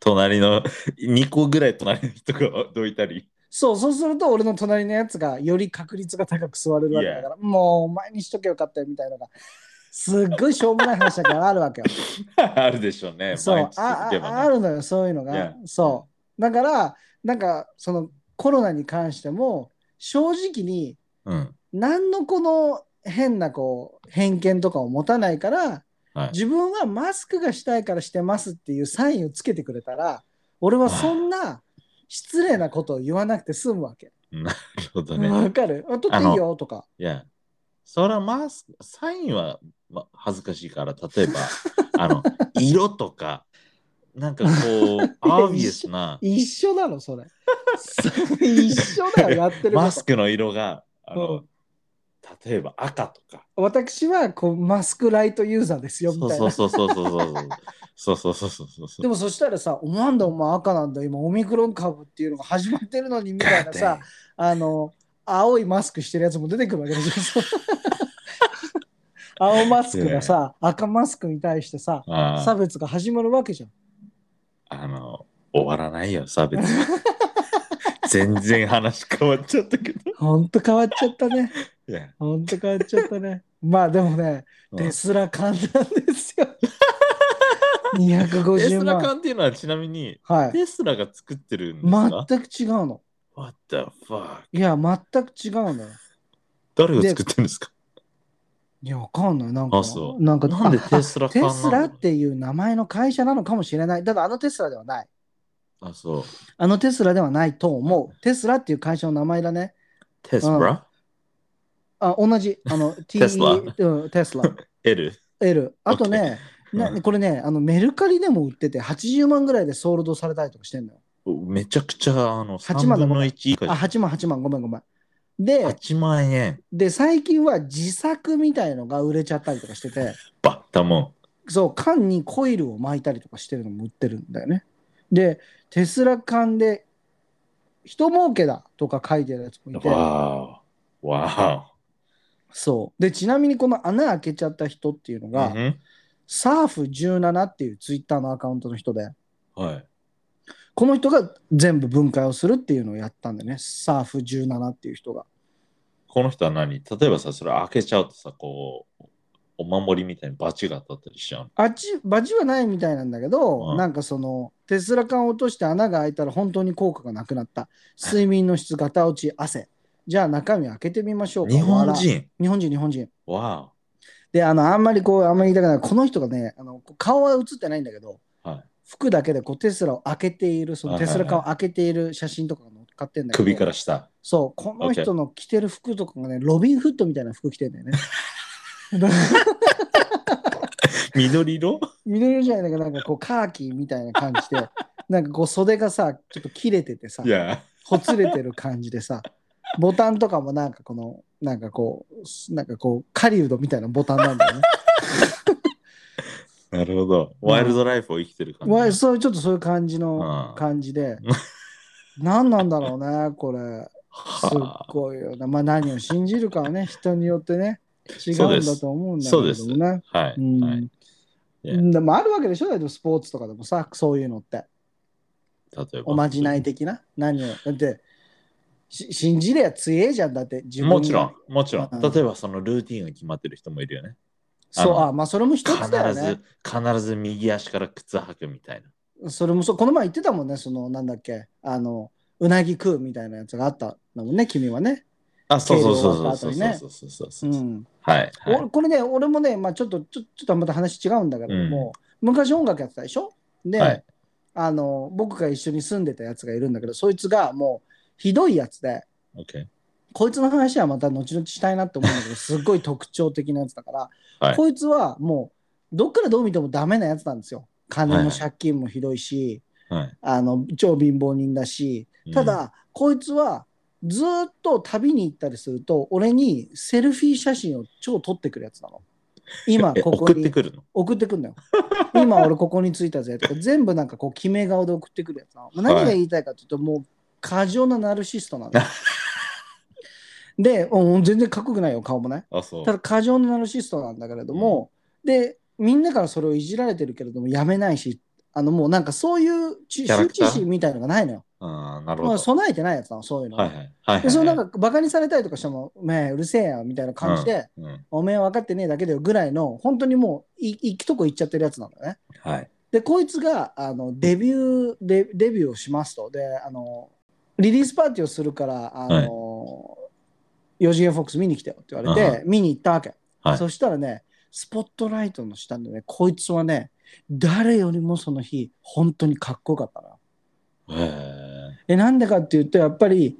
Speaker 2: 隣の2個ぐらい隣の人がどいたり。
Speaker 1: そうそうすると、俺の隣のやつがより確率が高く座れるわけだから、もうお前にしとけよかったよみたいなのが、すっごいしょうもない話だからあるわ
Speaker 2: <laughs>
Speaker 1: けよ。
Speaker 2: あるでしょうね。
Speaker 1: そう
Speaker 2: 毎日
Speaker 1: あ
Speaker 2: 続けば
Speaker 1: ああ
Speaker 2: ね。
Speaker 1: るのよそういうのが
Speaker 2: Yeah.
Speaker 1: そうだからなんかそのコロナに関しても正直に
Speaker 2: うん。
Speaker 1: 何のこの変なこう偏見とかを持たないから
Speaker 2: はい
Speaker 1: 自分はマスクがしたいからしてますっていうサインをつけてくれたら、俺はそんな失礼なことを言わなくて済むわけ。
Speaker 2: なるほどね。
Speaker 1: わかるあ取っていいよとか。
Speaker 2: いや、それはマスク、サインは、ま、恥ずかしいから、例えば、あの、色とか、なんかこう、アービスな、
Speaker 1: 一緒なの、それ。一緒
Speaker 2: <laughs>
Speaker 1: だよ、やってるこ
Speaker 2: マ
Speaker 1: と
Speaker 2: ス。クの色が、あの、
Speaker 1: う
Speaker 2: 例えば赤とか。
Speaker 1: 私はこうマスクライトユーザーです
Speaker 2: そ
Speaker 1: よ、
Speaker 2: う
Speaker 1: みたい
Speaker 2: そう
Speaker 1: な。
Speaker 2: そうそうそうそう。そうそうそうそうそう。
Speaker 1: でもそしたらさ、お前なんだお前赤なんだ、今オミクロン株っていうのが始まってるのにみたいな
Speaker 2: <laughs>
Speaker 1: さ、あの、青いマスクしてるやつも出てくるわけでしょ。そ
Speaker 2: <laughs>
Speaker 1: う青マスクがさ、赤マスクに対してさ、
Speaker 2: あ
Speaker 1: 差
Speaker 2: ー
Speaker 1: 別が始まるわけじゃん。
Speaker 2: あの、終わらないよ、差別は。 <laughs> 全然話変わっちゃったけど。
Speaker 1: ほんと変わっちゃったね。
Speaker 2: いや
Speaker 1: ほんと変わっちゃったね。まあでもね、
Speaker 2: うん
Speaker 1: テスラ簡単です
Speaker 2: <laughs>
Speaker 1: よ。
Speaker 2: テ
Speaker 1: 250
Speaker 2: スラ
Speaker 1: 万。
Speaker 2: 缶っていうのはちなみに、
Speaker 1: はい。
Speaker 2: テスラが作ってるんですか、
Speaker 1: 全く違うの。
Speaker 2: ?What the fuck?
Speaker 1: いや、全く違うのよ。
Speaker 2: 誰が作ってるんですか
Speaker 1: いや、わかんない。なんか
Speaker 2: あ、そう
Speaker 1: なんか、
Speaker 2: なんで
Speaker 1: あ
Speaker 2: テスラ缶
Speaker 1: テ
Speaker 2: なんだ
Speaker 1: スラっていう名前の会社なのかもしれない。ただ、あのテスラではない。
Speaker 2: あ、そう。
Speaker 1: あのテスラではないと思う。テスラっていう会社の名前だね。
Speaker 2: テスラ、
Speaker 1: あ、同じ。あ
Speaker 2: <laughs>
Speaker 1: の、T
Speaker 2: テスラ
Speaker 1: うん、テスラ。
Speaker 2: ?L? <laughs>
Speaker 1: L。あとね、
Speaker 2: OK
Speaker 1: なこれね、あのメルカリでも売ってて、80万ぐらいでソールドされたりとかしてんのよ。
Speaker 2: めちゃくちゃ、あの、
Speaker 1: 8
Speaker 2: 3
Speaker 1: 万だ
Speaker 2: 分の1以下
Speaker 1: あ、8万、8万、ごめん、ごめん。で、
Speaker 2: 8万円。
Speaker 1: で、最近は自作みたいのが売れちゃったりとかして
Speaker 2: <laughs>
Speaker 1: て、
Speaker 2: バッタモン。
Speaker 1: そう、缶にコイルを巻いたりとかしてるのも売ってるんだよね。で、テスラ缶で、人儲けだとか書いてるやつもいて、
Speaker 2: わーお。わ
Speaker 1: そう。で、ちなみにこの穴開けちゃった人っていうの
Speaker 2: ーお。
Speaker 1: が、
Speaker 2: うん
Speaker 1: サーフ17っていうツイッターのアカウントの人で、
Speaker 2: はい。
Speaker 1: この人が全部分解をするっていうのをやったんでね、サーフ17っていう人が。
Speaker 2: この人は何例えばさ、それ開けちゃうとさ、こう、お守りみたいにバチが当たったりしちゃうの。
Speaker 1: あっち、バチはないみたいなんだけど、
Speaker 2: うん
Speaker 1: なんかその、テスラ缶を落として穴が開いたら本当に効果がなくなった。睡眠の質、ガタ落ち、汗。じゃあ中身開けてみましょうか。
Speaker 2: 日本
Speaker 1: わら
Speaker 2: 人。
Speaker 1: 日本人、日本人。
Speaker 2: わ
Speaker 1: で、あの、あんまりこう、あんまり言いたくない。この人がね、あの顔は映ってないんだけど、
Speaker 2: ー。はい。
Speaker 1: 服だけでこうテスラを開けている、その
Speaker 2: はい
Speaker 1: テ
Speaker 2: はい
Speaker 1: ス
Speaker 2: は
Speaker 1: ラ
Speaker 2: い
Speaker 1: 缶を開けている写真とかが載っかってんだけど、
Speaker 2: 首から下。
Speaker 1: そう、この人の着てる服とかがね、ロビンフットみたいな服着てんだ
Speaker 2: <laughs>
Speaker 1: よね。
Speaker 2: 緑色
Speaker 1: 緑色じゃないんだけど、なんかこう、カーキみたいな感じ
Speaker 2: <laughs>
Speaker 1: で、なんかこう、袖がさ、ちょっと切れててさ
Speaker 2: い、や。
Speaker 1: ほつれてる感じでさ、ボタンとかもなんかこの、なんかこう、なんかこう、狩人みたいなボタンなん
Speaker 2: <laughs>
Speaker 1: だよね。
Speaker 2: なるほど。ワイルドライフを生きてる感じ。
Speaker 1: わそうちょっとそういう感じの
Speaker 2: うん
Speaker 1: 感じで、何なんだろうね、これ。すっ
Speaker 2: はあ
Speaker 1: ごいよな。まあ何を信じるかはね、人によってね、違
Speaker 2: そ
Speaker 1: う
Speaker 2: うで
Speaker 1: んだ
Speaker 2: す
Speaker 1: と思うんだけ
Speaker 2: そう
Speaker 1: れ
Speaker 2: で
Speaker 1: ど
Speaker 2: す
Speaker 1: もね。
Speaker 2: は
Speaker 1: う
Speaker 2: い。
Speaker 1: ん
Speaker 2: はい。いや
Speaker 1: でもあるわけでしょだけどスポーツとかでもさそういうのって
Speaker 2: 例えば。
Speaker 1: おまじない的な何をだってし信じりゃ強えじゃんだって自分が
Speaker 2: もちろん、もちろ
Speaker 1: うん
Speaker 2: ん。例えばそのルーティンが決まってる人もいるよね。
Speaker 1: そう
Speaker 2: あの
Speaker 1: あまあそれも一
Speaker 2: 必
Speaker 1: つだよね
Speaker 2: ず、必ず右足から靴履くみたいな。
Speaker 1: それもそうこの前言ってたもんねそのなんだっけあのうなぎ食うみたいなやつがあったんだもんね君はね
Speaker 2: あ、そうそうそう
Speaker 1: 経
Speaker 2: そう
Speaker 1: 路を渡った
Speaker 2: そうそうそう
Speaker 1: う
Speaker 2: そう。
Speaker 1: ん、
Speaker 2: はい。はい
Speaker 1: おこれね俺もねまあちょっとちょちょっとまた話違うんだけども、昔音楽やってたでしょで、
Speaker 2: はい
Speaker 1: あの僕が一緒に住んでたやつがいるんだけどそいつがもうひどいやつで
Speaker 2: OK。
Speaker 1: こいつの話はまた後々したいなって思うんだけど、すっごい特徴的なやつだから、
Speaker 2: はい
Speaker 1: こいつはもう、どっからどう見てもダメなやつなんですよ。金の借金もひどいし、
Speaker 2: はい。
Speaker 1: あの超貧乏人だし、ただ、こいつはずーっと旅に行ったりすると、俺にセルフィー写真を超撮ってくるやつなの。今、
Speaker 2: え、
Speaker 1: ここ
Speaker 2: <laughs> 送っ
Speaker 1: に
Speaker 2: てくるの
Speaker 1: 送ってくんだよ。 <laughs> 今俺ここに着いたぜとか、全部なんかこう、決め顔で送ってくるやつなの。まあ何が言いたいかというと、もう、過剰なナルシストなんだよ。 <laughs> で、うん全然かっこよくないよ、顔もね。
Speaker 2: あ、そう
Speaker 1: た。だ、過剰なナルシストなんだけれども、で、みんなからそれをいじられてるけれども、やめないし、あの、もうなんかそういうち
Speaker 2: キャラ
Speaker 1: 羞
Speaker 2: クター
Speaker 1: 恥心みたいのがないのよ。
Speaker 2: あーなるほ
Speaker 1: まあ、
Speaker 2: ど。
Speaker 1: 備えてないやつなの、そういうの。
Speaker 2: はいはい。はいは
Speaker 1: で
Speaker 2: い。
Speaker 1: そのなんか、バカにされたりとかしても、めえ、うるせえよ、みたいな感じで、
Speaker 2: うん。
Speaker 1: おめえ分かってねえだけだよぐらいの、本当にもう、い行くとこ行っちゃってるやつなんだよね。
Speaker 2: はい。
Speaker 1: で、こいつがあのデビューデ、デビューをしますと、で、あの、リリースパーティーをするから、あの、4次元フォックス見に来てよって言われて、見に行ったわけ。
Speaker 2: はい
Speaker 1: そしたらね、スポットライトの下でね、こいつはね、誰よりもその日、本当にかっこよかったな。
Speaker 2: へえ。
Speaker 1: え、なんでかっていうと、やっぱり、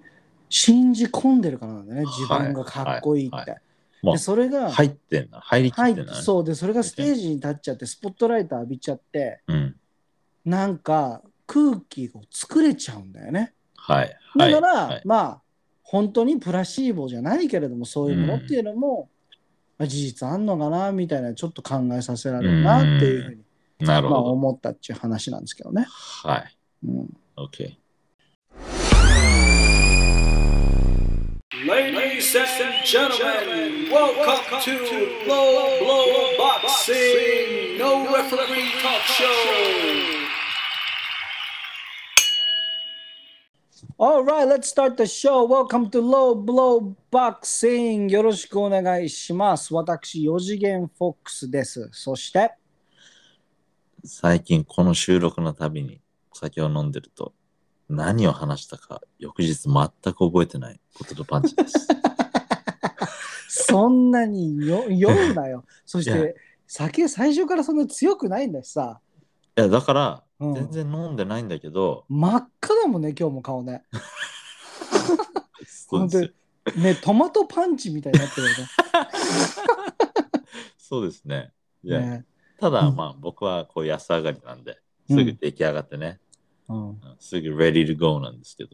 Speaker 1: 信じ込んでるからなんだよね、自分がかっこいいって。
Speaker 2: はいはいまあ
Speaker 1: で、それが、
Speaker 2: 入ってんな。入りき
Speaker 1: は
Speaker 2: っ
Speaker 1: い
Speaker 2: てない。う。
Speaker 1: そうで、それがステージに立っちゃって、スポットライト浴びちゃって、
Speaker 2: ん。
Speaker 1: なんか空気を作れちゃうんだよね。
Speaker 2: はい。は
Speaker 1: だ
Speaker 2: い
Speaker 1: から、
Speaker 2: はい
Speaker 1: まあ本当にプラシーボじゃないけれどもそういうものっていうのも、まあ事実あんのかなみたいなちょっと考えさせられるなっていうふうに、
Speaker 2: なる
Speaker 1: まあ、
Speaker 2: ほ
Speaker 1: 思ったっていう話なんですけどね
Speaker 2: ど。。はい。
Speaker 1: うん、
Speaker 2: OK。
Speaker 3: Ladies and gentlemen, welcome to Low Blow Boxing No Referee Talk Show.
Speaker 1: Alright, let's start the show. Welcome to Low Blow Boxing. よろしくお願いします。私、四次元フォックスです。そして、
Speaker 2: 最近この収録のたびにお酒を飲んでると何を話したか翌日全く覚えてないこととパン
Speaker 1: <laughs>
Speaker 2: チです。
Speaker 1: そんなによ酔うなよ。そし
Speaker 2: いや
Speaker 1: て、酒最初からそんな強くないんだしさ。
Speaker 2: いやだから、
Speaker 1: うん
Speaker 2: 全然飲んでないんだけど、
Speaker 1: 真っ赤だもんね、今日も顔ね。
Speaker 2: そうですよ
Speaker 1: ね、トマトパンチみたいになってるよ
Speaker 2: そうですね。 <laughs> いや
Speaker 1: ね。ね
Speaker 2: ただ
Speaker 1: うん
Speaker 2: まあ僕はこう安上がりなんで
Speaker 1: う
Speaker 2: す
Speaker 1: ん
Speaker 2: ぐ出来上がってね、
Speaker 1: うん、
Speaker 2: うんすぐ ready to go な
Speaker 1: <laughs>
Speaker 2: んですけど。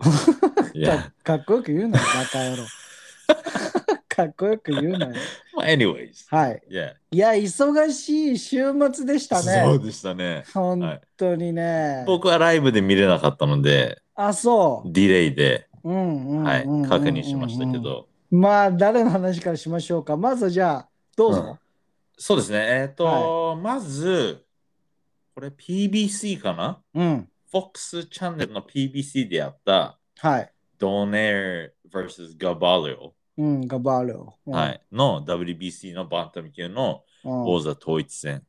Speaker 2: い
Speaker 1: じゃ
Speaker 2: や
Speaker 1: あかっこよく言うなよ、バカ野郎。 <laughs> かっこよく言うなよ。
Speaker 2: まあ anyways。
Speaker 1: はい。
Speaker 2: いや、
Speaker 1: いや、忙しい週末でした
Speaker 2: そう
Speaker 1: ね。
Speaker 2: でしたね。
Speaker 1: 本当にね。
Speaker 2: 僕はライブで見れなかったので、
Speaker 1: あ、そう。
Speaker 2: ディレイで、
Speaker 1: うんうんうんうんうんうん。
Speaker 2: はい、確認しましたけど、
Speaker 1: まあ、誰の話からしましょうか。まずじゃあ、どう
Speaker 2: うん
Speaker 1: ぞ。
Speaker 2: そうですね、えっ、と、まず、これ PBC かな
Speaker 1: うん。
Speaker 2: ?FOX チャンネルの PBC でやった、
Speaker 1: はい。
Speaker 2: ドネー vs ガバリオ、
Speaker 1: うん、ガバールを。うん
Speaker 2: はい、の WBC のバンタム級の
Speaker 1: うん
Speaker 2: 王座統一戦。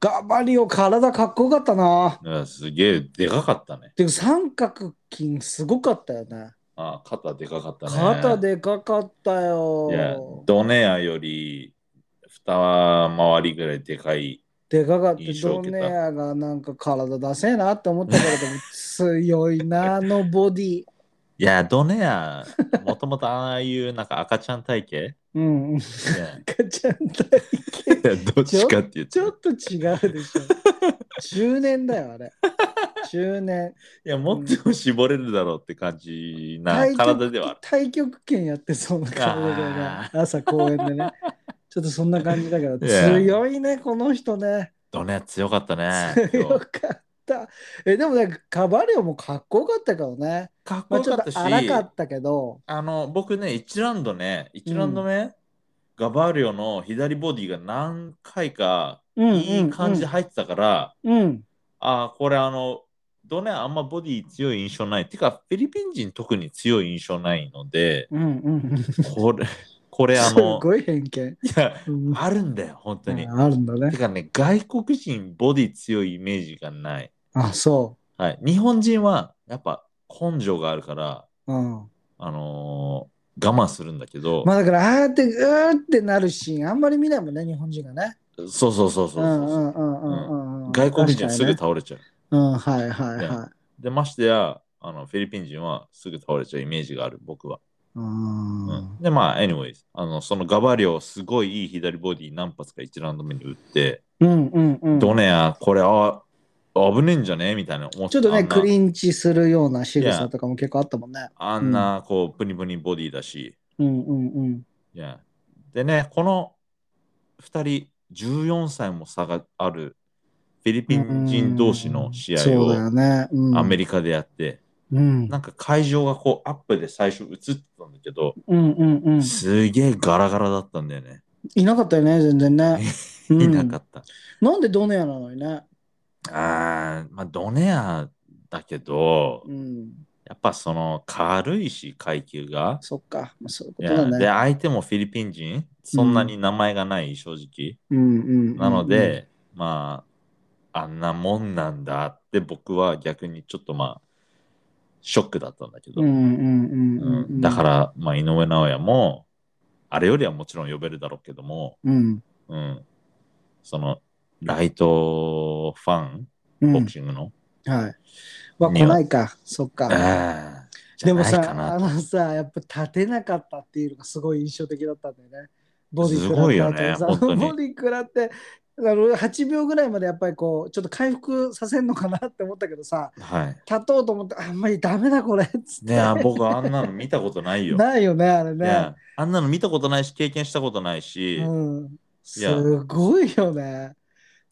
Speaker 1: ガバリオ体かっこよかったな。
Speaker 2: だからすげえでかかったね。
Speaker 1: てか三角筋すごかったよね。
Speaker 2: あ肩でかかったね。
Speaker 1: 肩でかかったよ
Speaker 2: い。や、ドネアより二回りぐらいでかい。
Speaker 1: でかかっ
Speaker 2: 印
Speaker 1: た。
Speaker 2: 象を
Speaker 1: ド
Speaker 2: 受け
Speaker 1: ネ
Speaker 2: た
Speaker 1: アがなんか体出せえなって思ったけれども、強いな、あのボディ。 <laughs>
Speaker 2: いや、ドネア、もともとああいうなんか赤ちゃん体型
Speaker 1: うん。
Speaker 2: いや
Speaker 1: 赤ちゃんと
Speaker 2: いやどっちかって言っ
Speaker 1: ち
Speaker 2: て。
Speaker 1: ょっと違うでしょ。中年だよ、あれ。中年。
Speaker 2: いや、もっと絞れるだろうって感じな
Speaker 1: 太極
Speaker 2: 体では <laughs> ある。
Speaker 1: 太極拳やってそうな体だよね
Speaker 2: あ。
Speaker 1: 朝公園でね。ちょっとそんな感じだけど、
Speaker 2: <laughs> いや
Speaker 1: 強いね、この人ね。
Speaker 2: ドネア強かったね。
Speaker 1: 強かった。えでもね、カバリオもかっこよかったけどね。
Speaker 2: かっこ
Speaker 1: まあ、
Speaker 2: よ
Speaker 1: ちょ
Speaker 2: か
Speaker 1: っ
Speaker 2: ったし、
Speaker 1: と荒かったけど、
Speaker 2: あの、僕ね、1ラウンドね、1ラウンド目、ガバーリオの左ボディが何回か
Speaker 1: うんうん
Speaker 2: いい感じで入ってたから、
Speaker 1: うん、
Speaker 2: あーこれあの、ドネアあんまボディ強い印象ない。てか、フィリピン人特に強い印象ないの
Speaker 1: <laughs>
Speaker 2: で、
Speaker 1: うん、うん。す
Speaker 2: これ、これあの、
Speaker 1: ごい偏見。
Speaker 2: いや、
Speaker 1: うん
Speaker 2: あるんだよ、本当に。
Speaker 1: あるんだね
Speaker 2: て。かね、外国人ボディ強いイメージがない。
Speaker 1: あ、そ
Speaker 2: はい。日本人は、やっぱ根性があるから、
Speaker 1: う。うん、
Speaker 2: あのー我慢するんだけど、
Speaker 1: まあだから、あーって、うーってなるシーン、あんまり見ないもんね、日本人がね。
Speaker 2: そうそうそうそうそうう、
Speaker 1: んうんうんうんうんうん。
Speaker 2: 外国人はすぐ
Speaker 1: 確か
Speaker 2: 倒れちゃう。
Speaker 1: にねうん、はいはいは
Speaker 2: ね
Speaker 1: い。
Speaker 2: で、ましてや、あのフィリピン人はすぐ倒れちゃうイメージがある、僕は。
Speaker 1: うん
Speaker 2: うんで、まあ、anyways、あのそのガバリオ、すごいいい左ボディ何発か1ラウンド目に打って、
Speaker 1: うんうんうん。
Speaker 2: ドネア、これ、あ、危ねえんじゃねえみたいな思って
Speaker 1: ちょっと
Speaker 2: あ
Speaker 1: ね、
Speaker 2: んな
Speaker 1: クリンチするような仕草とかも結構あったもんね。
Speaker 2: あんな、こう、プニプニボディだし。
Speaker 1: うんうんうん。
Speaker 2: いや。でね、この2人、14歳も差があるフィリピン人同士の試合
Speaker 1: そう
Speaker 2: を
Speaker 1: だよね。うん、
Speaker 2: アメリカでやって、
Speaker 1: うん
Speaker 2: なんか会場がこう、アップで最初映ってたんだけど、
Speaker 1: うんうんうん。
Speaker 2: すげえガラガラだったんだよね。
Speaker 1: いなかったよね、全然
Speaker 2: <laughs>
Speaker 1: ね。うん
Speaker 2: いなかった。
Speaker 1: なんでドネアなのにね。
Speaker 2: あーまあ、ドネアだけど
Speaker 1: う、ん。
Speaker 2: やっぱその軽いし、階級が。
Speaker 1: そっか。まあ、そういうこ
Speaker 2: い
Speaker 1: とだ
Speaker 2: やで
Speaker 1: ね。
Speaker 2: 相手もフィリピン人そんなに名前がない、正直
Speaker 1: うんうんうんうん
Speaker 2: なの、で、まああんなもんなんだって僕は逆にちょっとまあショックだったんだけど、
Speaker 1: うんうんうん
Speaker 2: う
Speaker 1: うんん。
Speaker 2: だか。ら、まあ、井上尚弥もあれよりはもちろん呼べるだろうけども、
Speaker 1: うん。
Speaker 2: うん、その、ライトファン、
Speaker 1: う
Speaker 2: ボ
Speaker 1: ん
Speaker 2: ク、シングの。
Speaker 1: はい。は来ないか、そっ
Speaker 2: え
Speaker 1: か。
Speaker 2: えじ
Speaker 1: で
Speaker 2: ゃな
Speaker 1: も
Speaker 2: いか
Speaker 1: さ、あ
Speaker 2: な
Speaker 1: のさ、やっぱ立てなかったっていうのがすごい印象的だったんだよね。ボディ
Speaker 2: すごいよ
Speaker 1: ク
Speaker 2: ね
Speaker 1: ラ
Speaker 2: 本
Speaker 1: ッ
Speaker 2: 当
Speaker 1: と
Speaker 2: に
Speaker 1: ボディクラって、あの8秒ぐらいまでやっぱりこう、ちょっと回復させんのかなって思ったけどさ、
Speaker 2: はい。
Speaker 1: 立とうと思って、あんまりダメだこれっつって。
Speaker 2: ねえ僕あんなの見たことないよ。
Speaker 1: <laughs> ないよね、あれね。
Speaker 2: ねえあんなの見たことないし、経験したことないし、
Speaker 1: うん。
Speaker 2: いや
Speaker 1: すごいよね。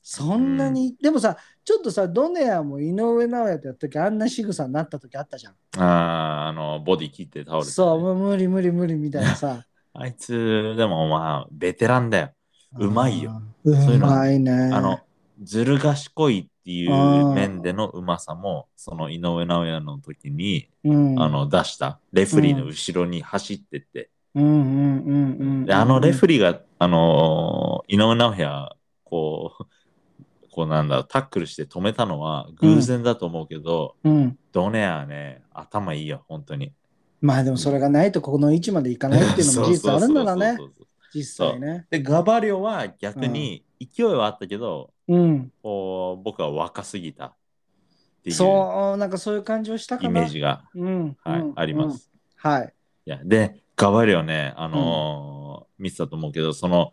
Speaker 1: そんなに、でもさ、ちょっとさ、ドネアも井上尚弥とやった時、あんな仕草になった時あったじゃん。
Speaker 2: あああの、ボディ切って倒れて、
Speaker 1: そう、もう無理無理無理みたいなさ。
Speaker 2: あいつ、でもまあ、ベテランだよ。うまいよ
Speaker 1: うん。
Speaker 2: そういう
Speaker 1: う
Speaker 2: の
Speaker 1: まいね。
Speaker 2: あの、ずる賢いってい
Speaker 1: あ
Speaker 2: う
Speaker 1: ー
Speaker 2: 面でのうまさも、その井上尚弥の時に、
Speaker 1: うん、
Speaker 2: あの出した、レフェリーの後ろに走ってって、
Speaker 1: うんうんうんうんうん。
Speaker 2: であのレフ
Speaker 1: ェ
Speaker 2: ェリーが、あのー井上尚弥、こう、こうなんだろう、タックルして止めたのは偶然だと思うけど、
Speaker 1: うん。
Speaker 2: ドネアね、頭いいよ、本当に。
Speaker 1: まあでもそれがないとここの位置までいかないっていうのも事実あるんだろうね
Speaker 2: そ。うそうそうそう
Speaker 1: 実際ね。
Speaker 2: で、ガバリョは逆に勢いはあったけど、
Speaker 1: うん。
Speaker 2: こう僕は若すぎたっていう
Speaker 1: そう、なんかそういう感じをしたか
Speaker 2: イ
Speaker 1: な。
Speaker 2: メージが、
Speaker 1: うん。
Speaker 2: はい
Speaker 1: うん
Speaker 2: ありま。す。
Speaker 1: うんはい。
Speaker 2: いやで、ガバリョね、あのーミスだと思うけど、その、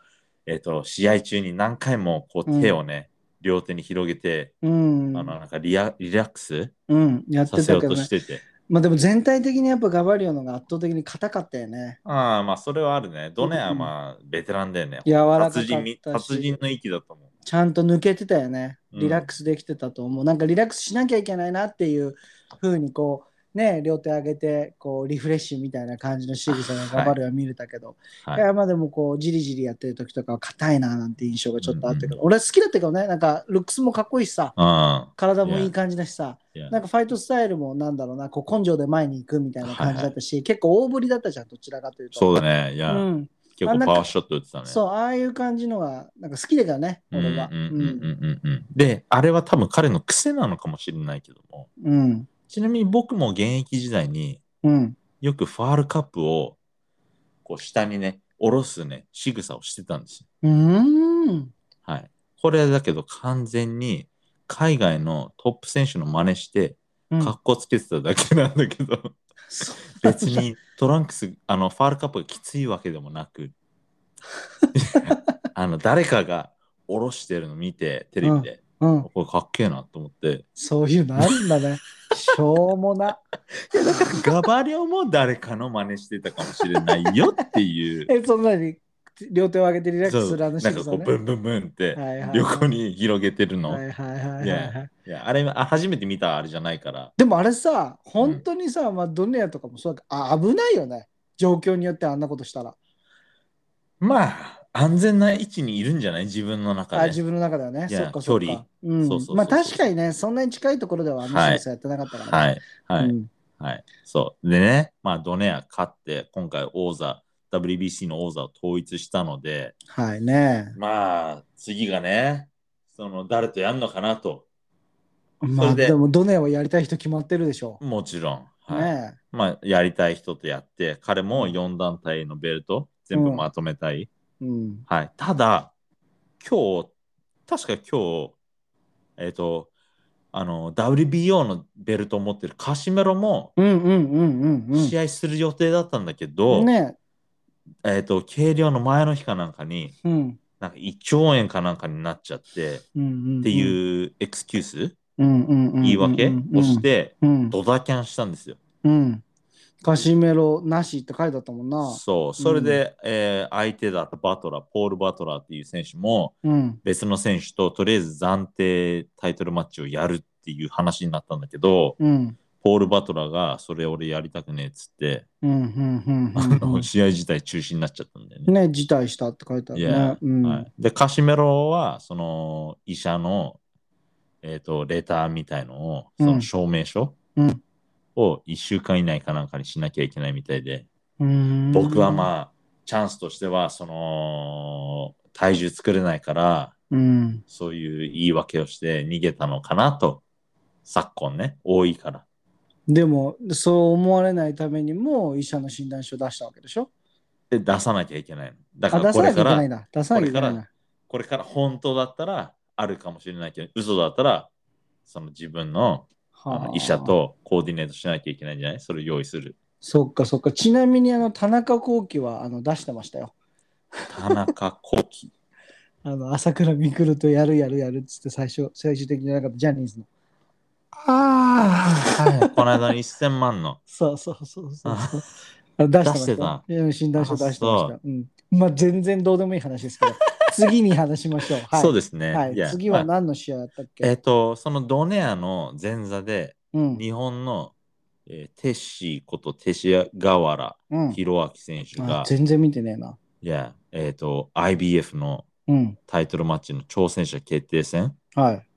Speaker 2: えっと試合中に何回もこ
Speaker 1: うん
Speaker 2: う手をね、両手に広げて、
Speaker 1: うん。
Speaker 2: あのなんかリラリラックス
Speaker 1: うん、やって
Speaker 2: させよ
Speaker 1: た
Speaker 2: う
Speaker 1: けど
Speaker 2: と
Speaker 1: ね
Speaker 2: し。てて。
Speaker 1: まあでも全体的にやっぱガバリオのが圧倒的に硬かったよね。
Speaker 2: ああ、まあそれはあるね。ドネアは
Speaker 1: うん
Speaker 2: まあベテランだよね。
Speaker 1: 柔らかかった
Speaker 2: 達人み、達
Speaker 1: し
Speaker 2: 人、の域だと思う。
Speaker 1: ちゃんと抜けてたよね。
Speaker 2: うん
Speaker 1: リラックスできてたと思う。なんかリラックスしなきゃいけないなっていう風にこう、ね、両手上げて、こう、リフレッシュみたいな感じの仕草がガバリオは見れたけど、
Speaker 2: はい
Speaker 1: い、や、まあでもこう、じりじりやってる時とかは硬いななんて印象がちょっとあったけど、
Speaker 2: う
Speaker 1: 俺好きだったけどね、なんかルックスもかっこいいしさ、
Speaker 2: あ
Speaker 1: 体もいい感じだしさ、
Speaker 2: あ、いや
Speaker 1: なんかファイトスタイルもなんだろうな、こう根性で前に行くみたいな感じだったし、結構大振りだったじゃん、どちらかというと。
Speaker 2: そうだね。いや、
Speaker 1: うん、
Speaker 2: 結
Speaker 1: あな
Speaker 2: 構
Speaker 1: ん
Speaker 2: パ
Speaker 1: か
Speaker 2: ワーショット打ってたね。
Speaker 1: そう、ああいう感じのが、なんか好きだからね、
Speaker 2: うんうん
Speaker 1: 俺は。
Speaker 2: うんうんうんうんで、あれは多分彼の癖なのかもしれないけども、
Speaker 1: うん。
Speaker 2: ちなみに僕も現役時代に
Speaker 1: うん。
Speaker 2: よくファールカップをこう下にね、下ろすね、仕草をしてたんですよ。
Speaker 1: うん。
Speaker 2: はい。これだけど完全に海外のトップ選手の真似して、
Speaker 1: うん
Speaker 2: 格好つけてただけなんだけど、
Speaker 1: そう
Speaker 2: 別にトランクス、あの、ファールカップがきついわけでもな
Speaker 1: <laughs>
Speaker 2: く、あの、誰かが下ろしてるの見て、テレビで、
Speaker 1: うん。
Speaker 2: これかっけえなと思って、
Speaker 1: そういうのあるんだね。
Speaker 2: <laughs>
Speaker 1: しょうもな。。
Speaker 2: ガバリョも誰かの真似してたかもしれないよってい
Speaker 1: <laughs>
Speaker 2: う
Speaker 1: え、そんなに両手を上げてリラックス
Speaker 2: そ
Speaker 1: す
Speaker 2: う
Speaker 1: るあ
Speaker 2: なん
Speaker 1: の
Speaker 2: か
Speaker 1: 仕草
Speaker 2: こう
Speaker 1: ね。
Speaker 2: ブンブンブンって
Speaker 1: はいはいはい
Speaker 2: 横に広げてるの。
Speaker 1: はいいはいはいはいは
Speaker 2: Yeah
Speaker 1: い。
Speaker 2: やあれあ初めて見たあれじゃないから。
Speaker 1: でもあれさ、本当にさ、まあドネアとかもそうだけど、あ危ないよね。状況によってあんなことしたら。
Speaker 2: まあ安全な位置にいるんじゃない自分の中で。
Speaker 1: あ自分の中ではね。
Speaker 2: いや
Speaker 1: そっかそっ
Speaker 2: 距
Speaker 1: か
Speaker 2: 離。
Speaker 1: うん
Speaker 2: そうそうそうそう
Speaker 1: まあ確かにね、そんなに近いところではあの仕草やってなかったからね。
Speaker 2: はいはい、
Speaker 1: うん
Speaker 2: はい。そう。でね、まあドネア勝って今回王座 WBC の王座を統一したので
Speaker 1: はいね。
Speaker 2: まあ次がねその誰とやるのかなと
Speaker 1: まあ
Speaker 2: それで
Speaker 1: でもドネアをやりたい人決まってるでしょ。
Speaker 2: もちろん。はい、
Speaker 1: ね
Speaker 2: まあ、やりたい人とやって、彼も4団体のベルト、全部まとめたい。
Speaker 1: え。うん。
Speaker 2: はい。ただ、今日、確か今日、えっ、と、あの、WBO のベルトを持ってるカシメロも
Speaker 1: うんうんうんうん
Speaker 2: 試合する予定だったんだけ
Speaker 1: う
Speaker 2: ど、
Speaker 1: ん。ね
Speaker 2: えっ、と、軽量の前の日かなんかに、
Speaker 1: え。うん。
Speaker 2: なんか1兆円かなんかになっちゃって、っ
Speaker 1: うんうんうん。
Speaker 2: ていうエクスキュース、
Speaker 1: うんうんうんうんうん
Speaker 2: 言い訳をし。て、
Speaker 1: うん。
Speaker 2: ドダキャンしたんですよ。
Speaker 1: うん。カシメロなしって書いてあったもんな。
Speaker 2: そう、それで、えー相手だったバトラー、ポール・バトラーっていう選手も、
Speaker 1: うん。
Speaker 2: 別の選手ととりあえず暫定タイトルマッチをやるっていう話になったんだけど、
Speaker 1: うん。
Speaker 2: ポール・バトラーが、それ俺やりたくねえっつって、
Speaker 1: うんうんうん
Speaker 2: あ
Speaker 1: うん
Speaker 2: の試合自体中止になっちゃったんだよね。
Speaker 1: ね辞退したって書いてあるね
Speaker 2: Yeah。
Speaker 1: うん。
Speaker 2: はい、で、カシメロは、その医者の、えー、とレターみたいのを、そ
Speaker 1: うん
Speaker 2: の証明書
Speaker 1: うん
Speaker 2: を1週間以内かなんかにしなきゃいけないみたいで、
Speaker 1: うん
Speaker 2: 僕はまあチャンスとしてはその体重作れないから
Speaker 1: うん。
Speaker 2: そういう言い訳をして逃げたのかなと昨今ね多いから
Speaker 1: でもそう思われないためにも医者の診断書を出したわけでしょ
Speaker 2: で出さなきゃいけないのだか
Speaker 1: あ
Speaker 2: ら
Speaker 1: 出
Speaker 2: こ
Speaker 1: さ
Speaker 2: れ
Speaker 1: なきゃい
Speaker 2: か
Speaker 1: け
Speaker 2: ら
Speaker 1: ないんだ。出さなきゃいけないん
Speaker 2: これ
Speaker 1: だ。
Speaker 2: これから本当だったらあるかもしれないけど、嘘だったら、その自分のあ
Speaker 1: はあ
Speaker 2: の医者とコーディネートしなきゃいけないんじゃないそれを用意する。
Speaker 1: そっかそっかちなみにあの田中幸喜はあの出してましたよ
Speaker 2: 田中幸喜。
Speaker 1: あの朝倉未来とやるやるやるっつって最初最終的になんかジャニーズのああ
Speaker 2: はい、この間の1000万の。
Speaker 1: そうそうそうそう
Speaker 2: あ
Speaker 1: そうあの出してま
Speaker 2: 出し
Speaker 1: してたうん
Speaker 2: た
Speaker 1: 診断書出してまし
Speaker 2: あ
Speaker 1: たうんまあ全然どうでもいい話ですけ
Speaker 2: <laughs>
Speaker 1: ど次に話しましょうはい
Speaker 2: そうですね。
Speaker 1: はい
Speaker 2: いや
Speaker 1: 次は
Speaker 2: まあ
Speaker 1: 何の試合だったっけ、
Speaker 2: えっ、と、そのドネアの前座で、
Speaker 1: うん
Speaker 2: 日本の、えーテッシーことテシア河原
Speaker 1: うん
Speaker 2: 弘明選手
Speaker 1: あ
Speaker 2: が、
Speaker 1: 全然見てねえな。
Speaker 2: いや、えっ、と、IBF の
Speaker 1: うん。
Speaker 2: タイトルマッチの挑戦者決定戦
Speaker 1: はい。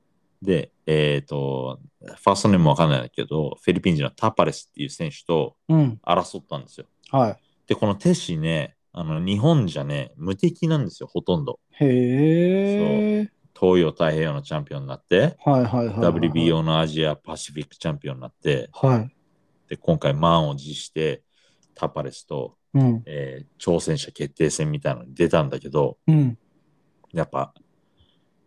Speaker 2: で、えっ、と、ファーストネームわかんないんだけど、フィリピン人のタパレスっていう選手と
Speaker 1: うん。
Speaker 2: 争ったんですよ。
Speaker 1: は
Speaker 2: で、このテッシーね、あの日本じゃね、無敵なんですよ、ほとんど。
Speaker 1: い。へえ。
Speaker 2: 東洋太平洋のチャンピオンになって、
Speaker 1: はいはいはいはいはい。。
Speaker 2: WBO のアジアパシフィックチャンピオンになって、
Speaker 1: はい。
Speaker 2: で、今回満を持して、タパレスと、
Speaker 1: うん。
Speaker 2: えー挑戦者決定戦みたいなのに出たんだけど、
Speaker 1: うん。
Speaker 2: やっぱ、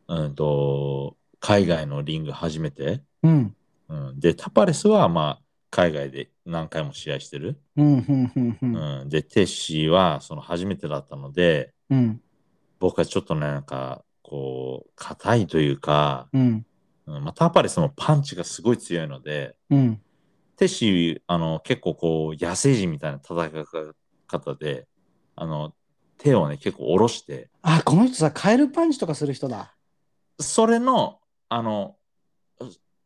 Speaker 2: うんと、海外のリング初めて、
Speaker 1: うん。
Speaker 2: うん、で、タパレスは、まあ、海外で何回も試合してる。
Speaker 1: うん。うん。うん。う。
Speaker 2: うんんで、テッシーは、その初めてだったので、
Speaker 1: うん。
Speaker 2: 僕はちょっとね、なんか、こう、硬いというか、
Speaker 1: うん。
Speaker 2: うんまあ、タパレスもパンチがすごい強いので、
Speaker 1: うん。
Speaker 2: テッシー、あの、結構こう、野生児みたいな戦い方で、あの、手をね、結構下ろして、
Speaker 1: あ、この人さ、カエルパンチとかする人だ。
Speaker 2: それの、あの、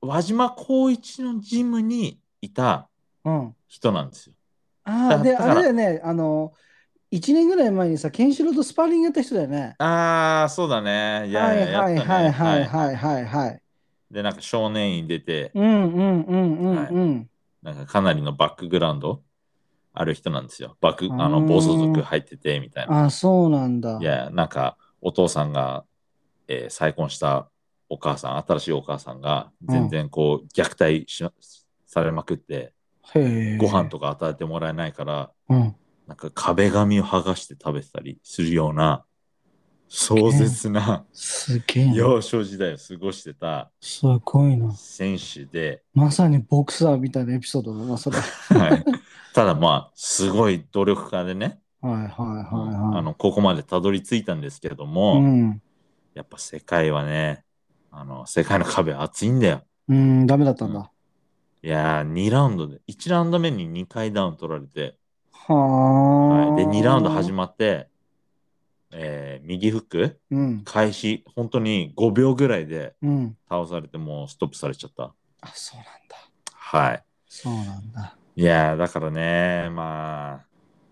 Speaker 2: 輪島光一のジムにいた
Speaker 1: うん。
Speaker 2: 人なんですよ。
Speaker 1: ああ、で、
Speaker 2: だか
Speaker 1: あ
Speaker 2: ら
Speaker 1: れだよね。あの、1年ぐらい前にさ、ケンシロウとスパーリングやった人だよね。
Speaker 2: ああ、そうだね。いや
Speaker 1: はいい
Speaker 2: や
Speaker 1: はい
Speaker 2: やった
Speaker 1: は
Speaker 2: ね
Speaker 1: いはいはいはいはい。
Speaker 2: で、なんか少年院出て、
Speaker 1: うんうんうんうんうん。
Speaker 2: なんかかなりのバックグラウンドある人なんですよ。バック
Speaker 1: うーん
Speaker 2: あの暴走族入っててみたいな。
Speaker 1: あ、そうなんだ
Speaker 2: い。や、なんかお父さんが、えー再婚したお母さん、新しいお母さんが全然こう虐待しなされまくって、
Speaker 1: へえ。
Speaker 2: ご飯とか与えてもらえないから、
Speaker 1: うん。
Speaker 2: なんか壁紙を剥がして食べてたりするような壮絶な
Speaker 1: すげえな。
Speaker 2: 幼少時代を過ごしてた
Speaker 1: すごいな。
Speaker 2: 選手で、
Speaker 1: まさにボクサーみたいなエピソードだな、
Speaker 2: <laughs>
Speaker 1: それ。はい <laughs>
Speaker 2: はい、ただまあすごい努力家でね、
Speaker 1: はいはいはい。
Speaker 2: あのここまでたどり着いたんですけれども、
Speaker 1: うん、
Speaker 2: やっぱ世界はねあの世界の壁は厚いんだよ
Speaker 1: うん、ダメだったんだ。
Speaker 2: いやー2ラウンドで1ラウンド目に2回ダウン取られて、
Speaker 1: はあ、
Speaker 2: はい、で2ラウンド始
Speaker 1: ま
Speaker 2: まって、えー右フック
Speaker 1: うん、
Speaker 2: 開始本当に5秒ぐらいで
Speaker 1: うん。
Speaker 2: 倒されてもうストップされちゃった
Speaker 1: あ、そうなんだ。
Speaker 2: はい
Speaker 1: そうなんだ。
Speaker 2: いやーだからねまあ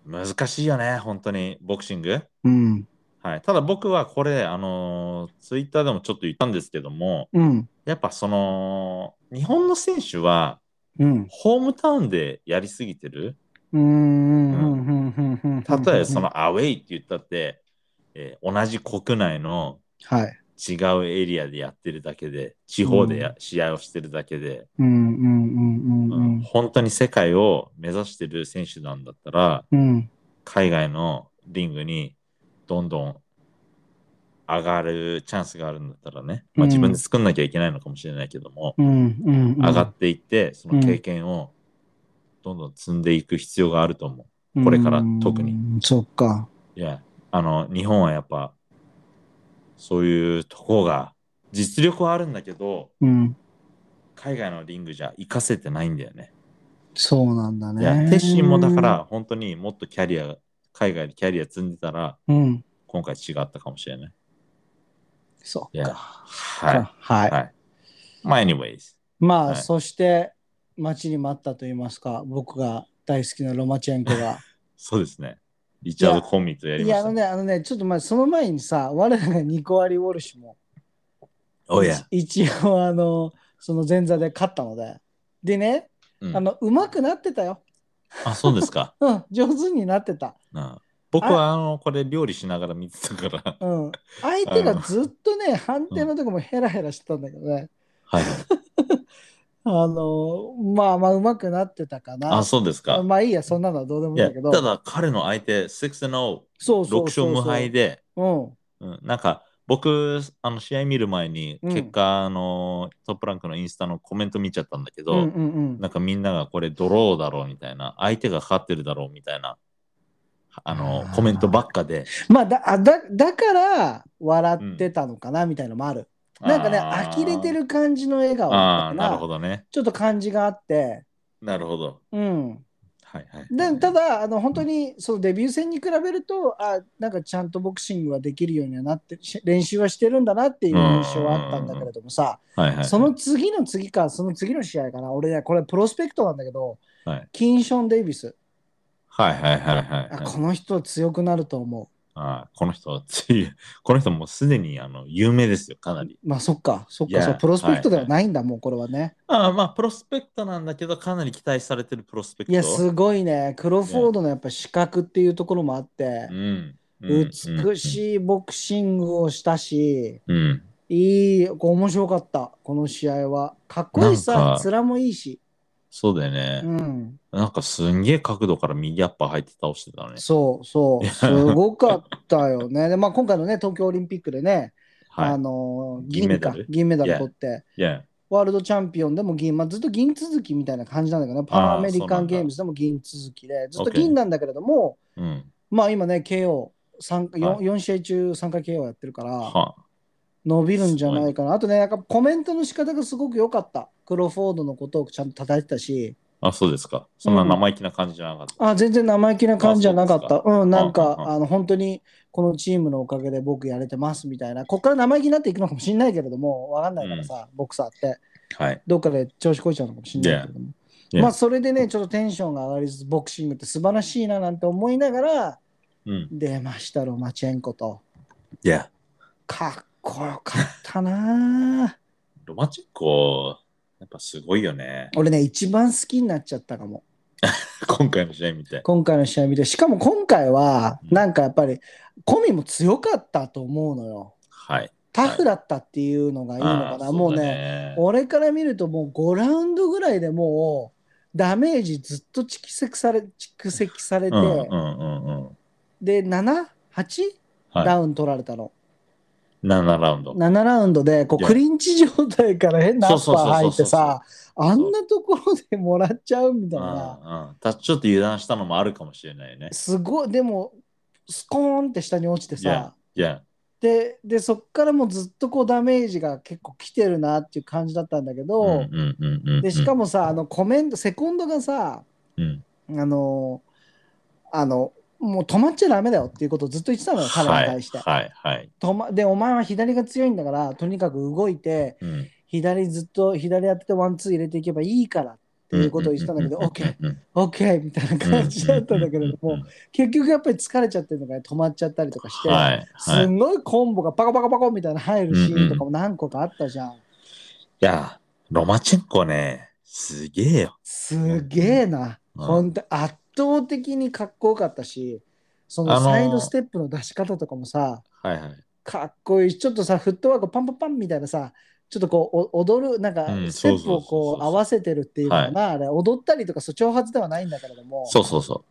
Speaker 2: 難しいよね本当にボクシング
Speaker 1: うん、
Speaker 2: はい、ただ僕はこれ、あのツイッター Twitter でもちょっと言ったんですけども、
Speaker 1: うん、
Speaker 2: やっぱその日本の選手は
Speaker 1: うん。
Speaker 2: ホームタウンでやりすぎてる
Speaker 1: うん、うん、うん、うん、うん。
Speaker 2: 例えばそ
Speaker 1: の。
Speaker 2: のアウェイって言ったって、えー同じ国内の
Speaker 1: はい。
Speaker 2: 違うエリアでやってるだけで地方でや、試合をしてるだけで、
Speaker 1: うん、うん、うん、うん、う
Speaker 2: うん
Speaker 1: ん。
Speaker 2: 本当に世界を目指してる選手なんだったら
Speaker 1: うん、
Speaker 2: 海外のリングにどんどん上がるチャンスがあるんだったらね、まあ、
Speaker 1: うん
Speaker 2: 自分で作んなきゃいけないのかもしれないけども、
Speaker 1: うん、うん。
Speaker 2: 上がっていって、その経験をどんどん積んでいく必要があると思
Speaker 1: て
Speaker 2: これから特に。
Speaker 1: そっか。
Speaker 2: う。いや、あの、日本はやっぱ、そういうとこが、実力はあるんだけど、
Speaker 1: うん、
Speaker 2: 海外のリングじゃ活かせてないんだよね。
Speaker 1: そうなんだ
Speaker 2: いや、
Speaker 1: ね。
Speaker 2: 鉄心もだか。ら、本当にもっとキャリア、海外でキャリア積んでたら、
Speaker 1: うん、
Speaker 2: 今回違ったかもしれない。
Speaker 1: そ
Speaker 2: いうや、
Speaker 1: か。
Speaker 2: は
Speaker 1: はい
Speaker 2: い。。はい。まあ、anyways。
Speaker 1: まあ、
Speaker 2: はい
Speaker 1: そして待ちに待ったと言いますか僕が大好きなロマチェンコが
Speaker 2: そうですね。リチャード・コンミーとやり
Speaker 1: い
Speaker 2: ま
Speaker 1: や
Speaker 2: し
Speaker 1: あ
Speaker 2: た
Speaker 1: の
Speaker 2: ね。
Speaker 1: ねあのねちょっとまあその前にさ我らがニコアリ・ウォルシュも
Speaker 2: おや。
Speaker 1: 一一応あのその前座で勝ったのででね、
Speaker 2: うん
Speaker 1: あの上手くなってたよ
Speaker 2: あ、そうで
Speaker 1: <laughs>
Speaker 2: すか。
Speaker 1: うん上手になってた。
Speaker 2: なあ僕はあのこれ料理しながら見てたか
Speaker 1: <laughs>
Speaker 2: ら
Speaker 1: うん相手がずっとね判定のとこもヘラヘラしてたんだけどね
Speaker 2: はい。
Speaker 1: あのまあまあ上手くなってたかな
Speaker 2: あ、そうですか。
Speaker 1: まあいいやそんなのはどうでも
Speaker 2: い
Speaker 1: いいん
Speaker 2: や
Speaker 1: だけど
Speaker 2: ただ彼の相手、6-0、
Speaker 1: そうそうそ
Speaker 2: 6
Speaker 1: うそう
Speaker 2: 勝無敗で、
Speaker 1: うん
Speaker 2: うんなんか僕、あの試合見る前に、
Speaker 1: うん
Speaker 2: 結果、あのトップランクのインスタのコメント見ちゃったんだけど、
Speaker 1: うんうんうん
Speaker 2: なんかみんながこれドローだろうみたいな、相手が勝ってるだろうみたいな、あの
Speaker 1: あー
Speaker 2: コメントばっかで。
Speaker 1: まあだあだだから笑ってたのかなみたいのもある、なんかね
Speaker 2: あー
Speaker 1: 呆れてる感じの笑顔
Speaker 2: あ
Speaker 1: だ
Speaker 2: あ、
Speaker 1: った
Speaker 2: な
Speaker 1: か
Speaker 2: る
Speaker 1: ら
Speaker 2: ほどね。
Speaker 1: ちょっと感じがあって
Speaker 2: なるほど。
Speaker 1: うん
Speaker 2: はいはい。
Speaker 1: でただあの本当にそのデビュー戦に比べるとあなんかちゃんとボクシングはできるようにはなってし練習はしてるんだなっていう印象はあったんだけれどもさ
Speaker 2: はいはい、
Speaker 1: その次の次かその次の試合かな俺ねこれプロスペクトなんだけど、
Speaker 2: はい
Speaker 1: キンション・デイビス
Speaker 2: はいはいはいはい、
Speaker 1: あ
Speaker 2: はい
Speaker 1: この人強くなると思
Speaker 2: あーこの人はつい、この人もうすでにあの有名ですよ、かなり。
Speaker 1: うまあそっかそっ
Speaker 2: い
Speaker 1: か
Speaker 2: や
Speaker 1: そうプロスペクトではないんだ、もうこれはね
Speaker 2: ああまあ、プロスペクトなんだけど、かなり期待されてるプロスペクト。
Speaker 1: いやすごいねクロフォードのやっぱ資格っていうところもあって
Speaker 2: う、ん。
Speaker 1: 美しいボクシングをしたし、
Speaker 2: い。うん。
Speaker 1: いい、面白かった、この試合は。かっこいい
Speaker 2: な
Speaker 1: さ
Speaker 2: ん、か
Speaker 1: 面もいいし。
Speaker 2: そうだよね。
Speaker 1: うん。
Speaker 2: なんかすんげえ角度から右アッパー入って倒してたね。
Speaker 1: そうそう、すごかったよね。で、まあ、今回のね、東京オリンピックでね、
Speaker 2: はい。
Speaker 1: あのー、
Speaker 2: 銀メ
Speaker 1: 銀
Speaker 2: ダ
Speaker 1: か
Speaker 2: ル、
Speaker 1: 銀メダル
Speaker 2: Yeah.
Speaker 1: 取って、
Speaker 2: いや、
Speaker 1: ワールドチャンピオンでも銀、まあ、ずっと銀続きみたいな感じなんだけどね、パラアメリカンゲームズでも銀続きで、ずっと銀なんだけれども、
Speaker 2: うん。
Speaker 1: まあ今ね、KO、三
Speaker 2: は
Speaker 1: 四四試合中3回 KO やってるから、
Speaker 2: は
Speaker 1: 伸びるんじゃないかな。あとね、なんかコメントの仕方がすごく良かった。クロフォードのことをちゃんと叩いてたし、
Speaker 2: あ、そうですか。そんな生意気な感じじゃなかった。
Speaker 1: あ全然生意気な感じじゃなかっ
Speaker 2: あそう
Speaker 1: た。うん、なんか、
Speaker 2: うんうんうん
Speaker 1: あの本当にこのチームのおかげで僕やれてますみたいな、こっから生意気になっていくのかもしれないけれども、わかんないからさ、ボクサーって、
Speaker 2: はい。
Speaker 1: どっかで調子こいちゃうのかもしれないけれども。
Speaker 2: Yeah. Yeah.
Speaker 1: まあ、それでね、ちょっとテンションが上がりつつ、ボクシングって素晴らしいななんて思いながら、
Speaker 2: うん。
Speaker 1: 出ました、ロマチェンコと。
Speaker 2: いや、
Speaker 1: かっこよかったなぁ
Speaker 2: ロマチッコ、やっぱすごいよね。 <laughs>
Speaker 1: 俺ね、一番好きになっちゃったかも。
Speaker 2: 今回の試合見て。
Speaker 1: 今回の試合見て。しかも今回は、
Speaker 2: うん
Speaker 1: なんかやっぱり、コミも強かったと思うのよ。
Speaker 2: はい。
Speaker 1: タフだったっていうのがいいのかな、
Speaker 2: あー
Speaker 1: もう
Speaker 2: そ
Speaker 1: ね
Speaker 2: だね
Speaker 1: 俺から見るともう5ラウンドぐらいでもうダメージずっと蓄積され蓄積されて、
Speaker 2: うんうんうんうん。
Speaker 1: で78、
Speaker 2: はい
Speaker 1: ラウンド取られたの
Speaker 2: 7ラウンド。
Speaker 1: 7ラウンドでこ
Speaker 2: いうや
Speaker 1: クリンチ状態から変なアッパー入ってさあ
Speaker 2: うそうん
Speaker 1: なところでもらっちゃうみたいな
Speaker 2: うんうんたちょっと油断したのもあるかもしれないね。
Speaker 1: すごいでもスコーンって下に落ちてさ、
Speaker 2: いや、
Speaker 1: ででそっからもうずっとこうダメージが結構来てるなっていう感じだったんだけど、
Speaker 2: うんうんう
Speaker 1: <laughs>
Speaker 2: んうん。
Speaker 1: でしか
Speaker 2: も、
Speaker 1: もさあのコメントセコンドがさ
Speaker 2: うん、
Speaker 1: あのあのもう止まっちゃダメだよっていうことをずっと言ってたのよ彼に対して。
Speaker 2: はいはいはい。
Speaker 1: 止ま、でお前は左が強いんだからとにかく動いて
Speaker 2: うん
Speaker 1: 左ずっと左やっててワンツー入れていけばいいからっていうことを言ってたんだけど OKOK、OK みたいな感じだったんだけれども結局やっぱり疲れちゃってるのが止まっちゃったりとかして、
Speaker 2: はいは
Speaker 1: す
Speaker 2: い。い
Speaker 1: んごいコンボがパコパコパコみたいな入るシーンとかも何個かあったじゃん。
Speaker 2: や、ロマチェンコね、すげえよ。
Speaker 1: すげえな、
Speaker 2: うん
Speaker 1: 本当圧倒的にかっこよかったし、そ
Speaker 2: あ
Speaker 1: の
Speaker 2: のー
Speaker 1: サイドステップの出し方とかもさ、
Speaker 2: はいはい。
Speaker 1: かっこいいし、ちょっとさ、フットワークパンパンパンみたいなさ、ちょっとこうお踊る、なんか
Speaker 2: うん
Speaker 1: ステップを
Speaker 2: そうそうそう
Speaker 1: こ
Speaker 2: そう
Speaker 1: う合わせてるっていうのかな、あれ、踊ったりとか、そう挑発ではないんだけれども、
Speaker 2: そうそうそう。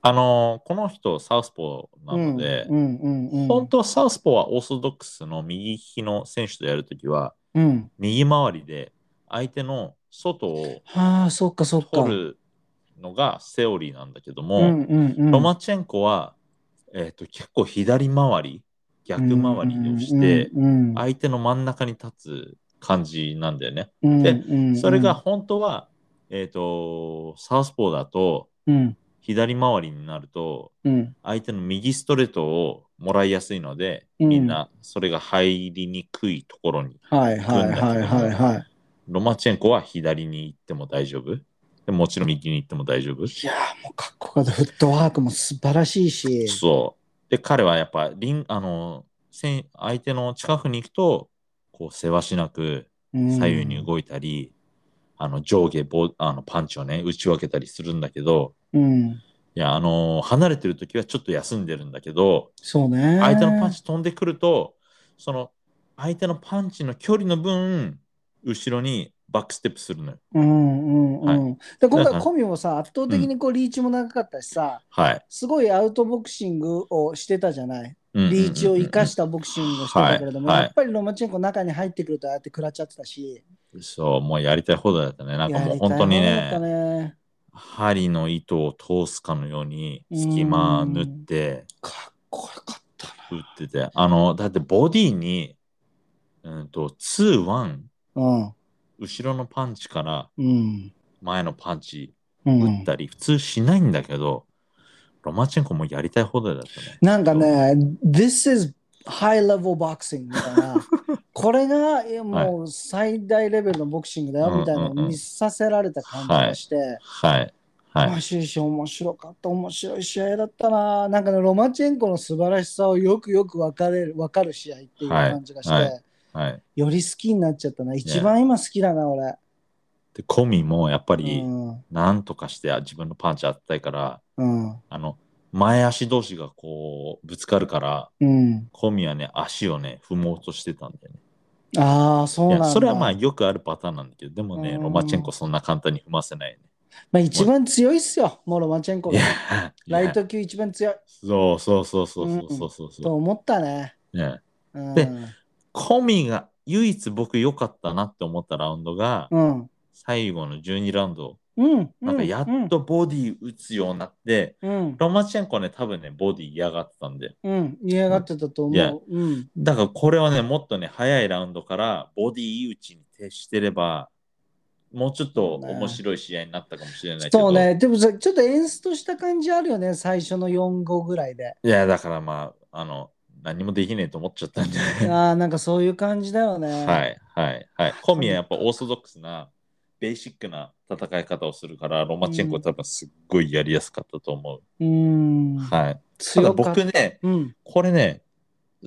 Speaker 2: あのーこの人、サウスポーなので、
Speaker 1: うんうんうんう
Speaker 2: 本
Speaker 1: ん
Speaker 2: 当はサウスポーはオーソドックスの右利きの選手とやるときは、
Speaker 1: うん。
Speaker 2: 右回りで相手の外を
Speaker 1: はあ、そっかそっか。
Speaker 2: 取るのがセオリーなんだけど
Speaker 1: う
Speaker 2: も、
Speaker 1: んうんうん、
Speaker 2: ロマチェンコは、えー、と結構左回り逆回りをして
Speaker 1: うんうんうん
Speaker 2: 相手の真ん中に立つ感じなんだよね。
Speaker 1: うん
Speaker 2: で
Speaker 1: うんうん
Speaker 2: それが、本当は、えー、とサウスポーだと
Speaker 1: うん
Speaker 2: 左回りになると
Speaker 1: うん
Speaker 2: 相手の右ストレートをもらいやすいので
Speaker 1: うん
Speaker 2: みんなそれが入りにくいところに
Speaker 1: はいはいはいはいはい。
Speaker 2: ロマチェンコは左に行っても大丈夫でもちろん右に行っても大丈夫
Speaker 1: いやーもうかっこよかった。フットワークも素晴らしいし。
Speaker 2: そう。で、彼はやっぱ、リンあの、せん相手の近くに行くと、こう、せわしなく
Speaker 1: うん
Speaker 2: 左右に動いたり、あの上下ボあのパンチをね、打ち分けたりするんだけど、
Speaker 1: うん。
Speaker 2: いや、あの離れてる時はちょっと休んでるんだけど、
Speaker 1: そうね。
Speaker 2: 相手のパン。チ飛んでくると、その、相手のパンチの距離の分、後ろにバックステップするのよ。
Speaker 1: うんうんうん。で今
Speaker 2: だか
Speaker 1: 回
Speaker 2: ら
Speaker 1: コミもさ圧倒的にこうリーチも長かったしさ、
Speaker 2: はい。
Speaker 1: すごいアウトボクシングをしてたじゃない。
Speaker 2: うんうんうんうん
Speaker 1: リーチを生かしたボクシングをしてたけれども、
Speaker 2: はいはい
Speaker 1: やっぱりロマチェンコ中に入ってくるとああやって食らっちゃってたし、
Speaker 2: そう、もうやりたい放題だったね。なんか
Speaker 1: や
Speaker 2: もう
Speaker 1: りたい
Speaker 2: 本当に
Speaker 1: ものだった
Speaker 2: ね、
Speaker 1: ね
Speaker 2: 針の糸を通すかのように隙間縫って、
Speaker 1: かっこよかったな。
Speaker 2: 打ってて、あの、だってボディに、うんと、2、1、
Speaker 1: うん。
Speaker 2: 後ろのパンチから
Speaker 1: うん。
Speaker 2: 前のパンチ
Speaker 1: うん
Speaker 2: 打ったり、普通しないんだけど、ロマチェンコもやりたい放題だったね。
Speaker 1: なんかね、This is high level boxing みたい
Speaker 2: <laughs>
Speaker 1: な、これがいやもう最大レベルのボクシングだよみたいな
Speaker 2: うんうんう
Speaker 1: のを
Speaker 2: ん
Speaker 1: 見させられた感じがして、
Speaker 2: はい。は
Speaker 1: まあ
Speaker 2: い。
Speaker 1: 終始面白かった、面白い試合だったな。なんかね、ロマチェンコの素晴らしさをよくよく分かれる分かる試合っていう感じがして、
Speaker 2: はいははい。
Speaker 1: より好きになっちゃったな。一番今好きだな、俺。
Speaker 2: で、コミもやっぱ
Speaker 1: う
Speaker 2: り、
Speaker 1: ん。
Speaker 2: なんとかしてあ自分のパンチ当てたいから、
Speaker 1: うん。
Speaker 2: あの、前足同士がこう、ぶつかるから、
Speaker 1: うん。
Speaker 2: コミはね、足をね、踏もうとしてたんだよね。
Speaker 1: ああ、そう
Speaker 2: い
Speaker 1: なんだ。
Speaker 2: やそれはまあよくあるパターンなんだけど、でもね、
Speaker 1: うん
Speaker 2: ロマチェンコそんな簡単に踏ませないね。
Speaker 1: まあ一番強いっすよ、もうロマチェンコ
Speaker 2: い
Speaker 1: が
Speaker 2: や。、
Speaker 1: ライ
Speaker 2: いや
Speaker 1: ト級一番強い
Speaker 2: そうそうそうそうそうそうそう。
Speaker 1: と思ったね。
Speaker 2: ね、
Speaker 1: うん。
Speaker 2: でコミが唯一僕良かったなって思ったラウンドが、
Speaker 1: うん。
Speaker 2: 最後の12ラウンド、
Speaker 1: うん。
Speaker 2: なんかやっとボディ打つようになって、
Speaker 1: うん。
Speaker 2: ロマチェンコね、多分ね、ボディ嫌がってたんで。
Speaker 1: うん。嫌がってたと
Speaker 2: いや
Speaker 1: 思う。うん。
Speaker 2: だからこれはね、もっとね、早いラウンドからボディ打ちに徹してれば、もうちょっと面白い試合になったかもしれないけど。
Speaker 1: そうね。でもさ、ちょっと演出とした感じあるよね、最初の4号ぐらいで。
Speaker 2: いや、だからまあ、あの、何もできねえと思っちゃったんじゃない
Speaker 1: ああ、なんか <laughs> そういう感じだよね。
Speaker 2: はいはいはい。コミはやっぱオーソドックスな、ベーシックな戦い方をするから、ロマチェンコは多分すっごいやりやすかったと思う。
Speaker 1: うーん。
Speaker 2: はい。ただ
Speaker 1: 強かった。
Speaker 2: 僕ね、
Speaker 1: うん。
Speaker 2: これね、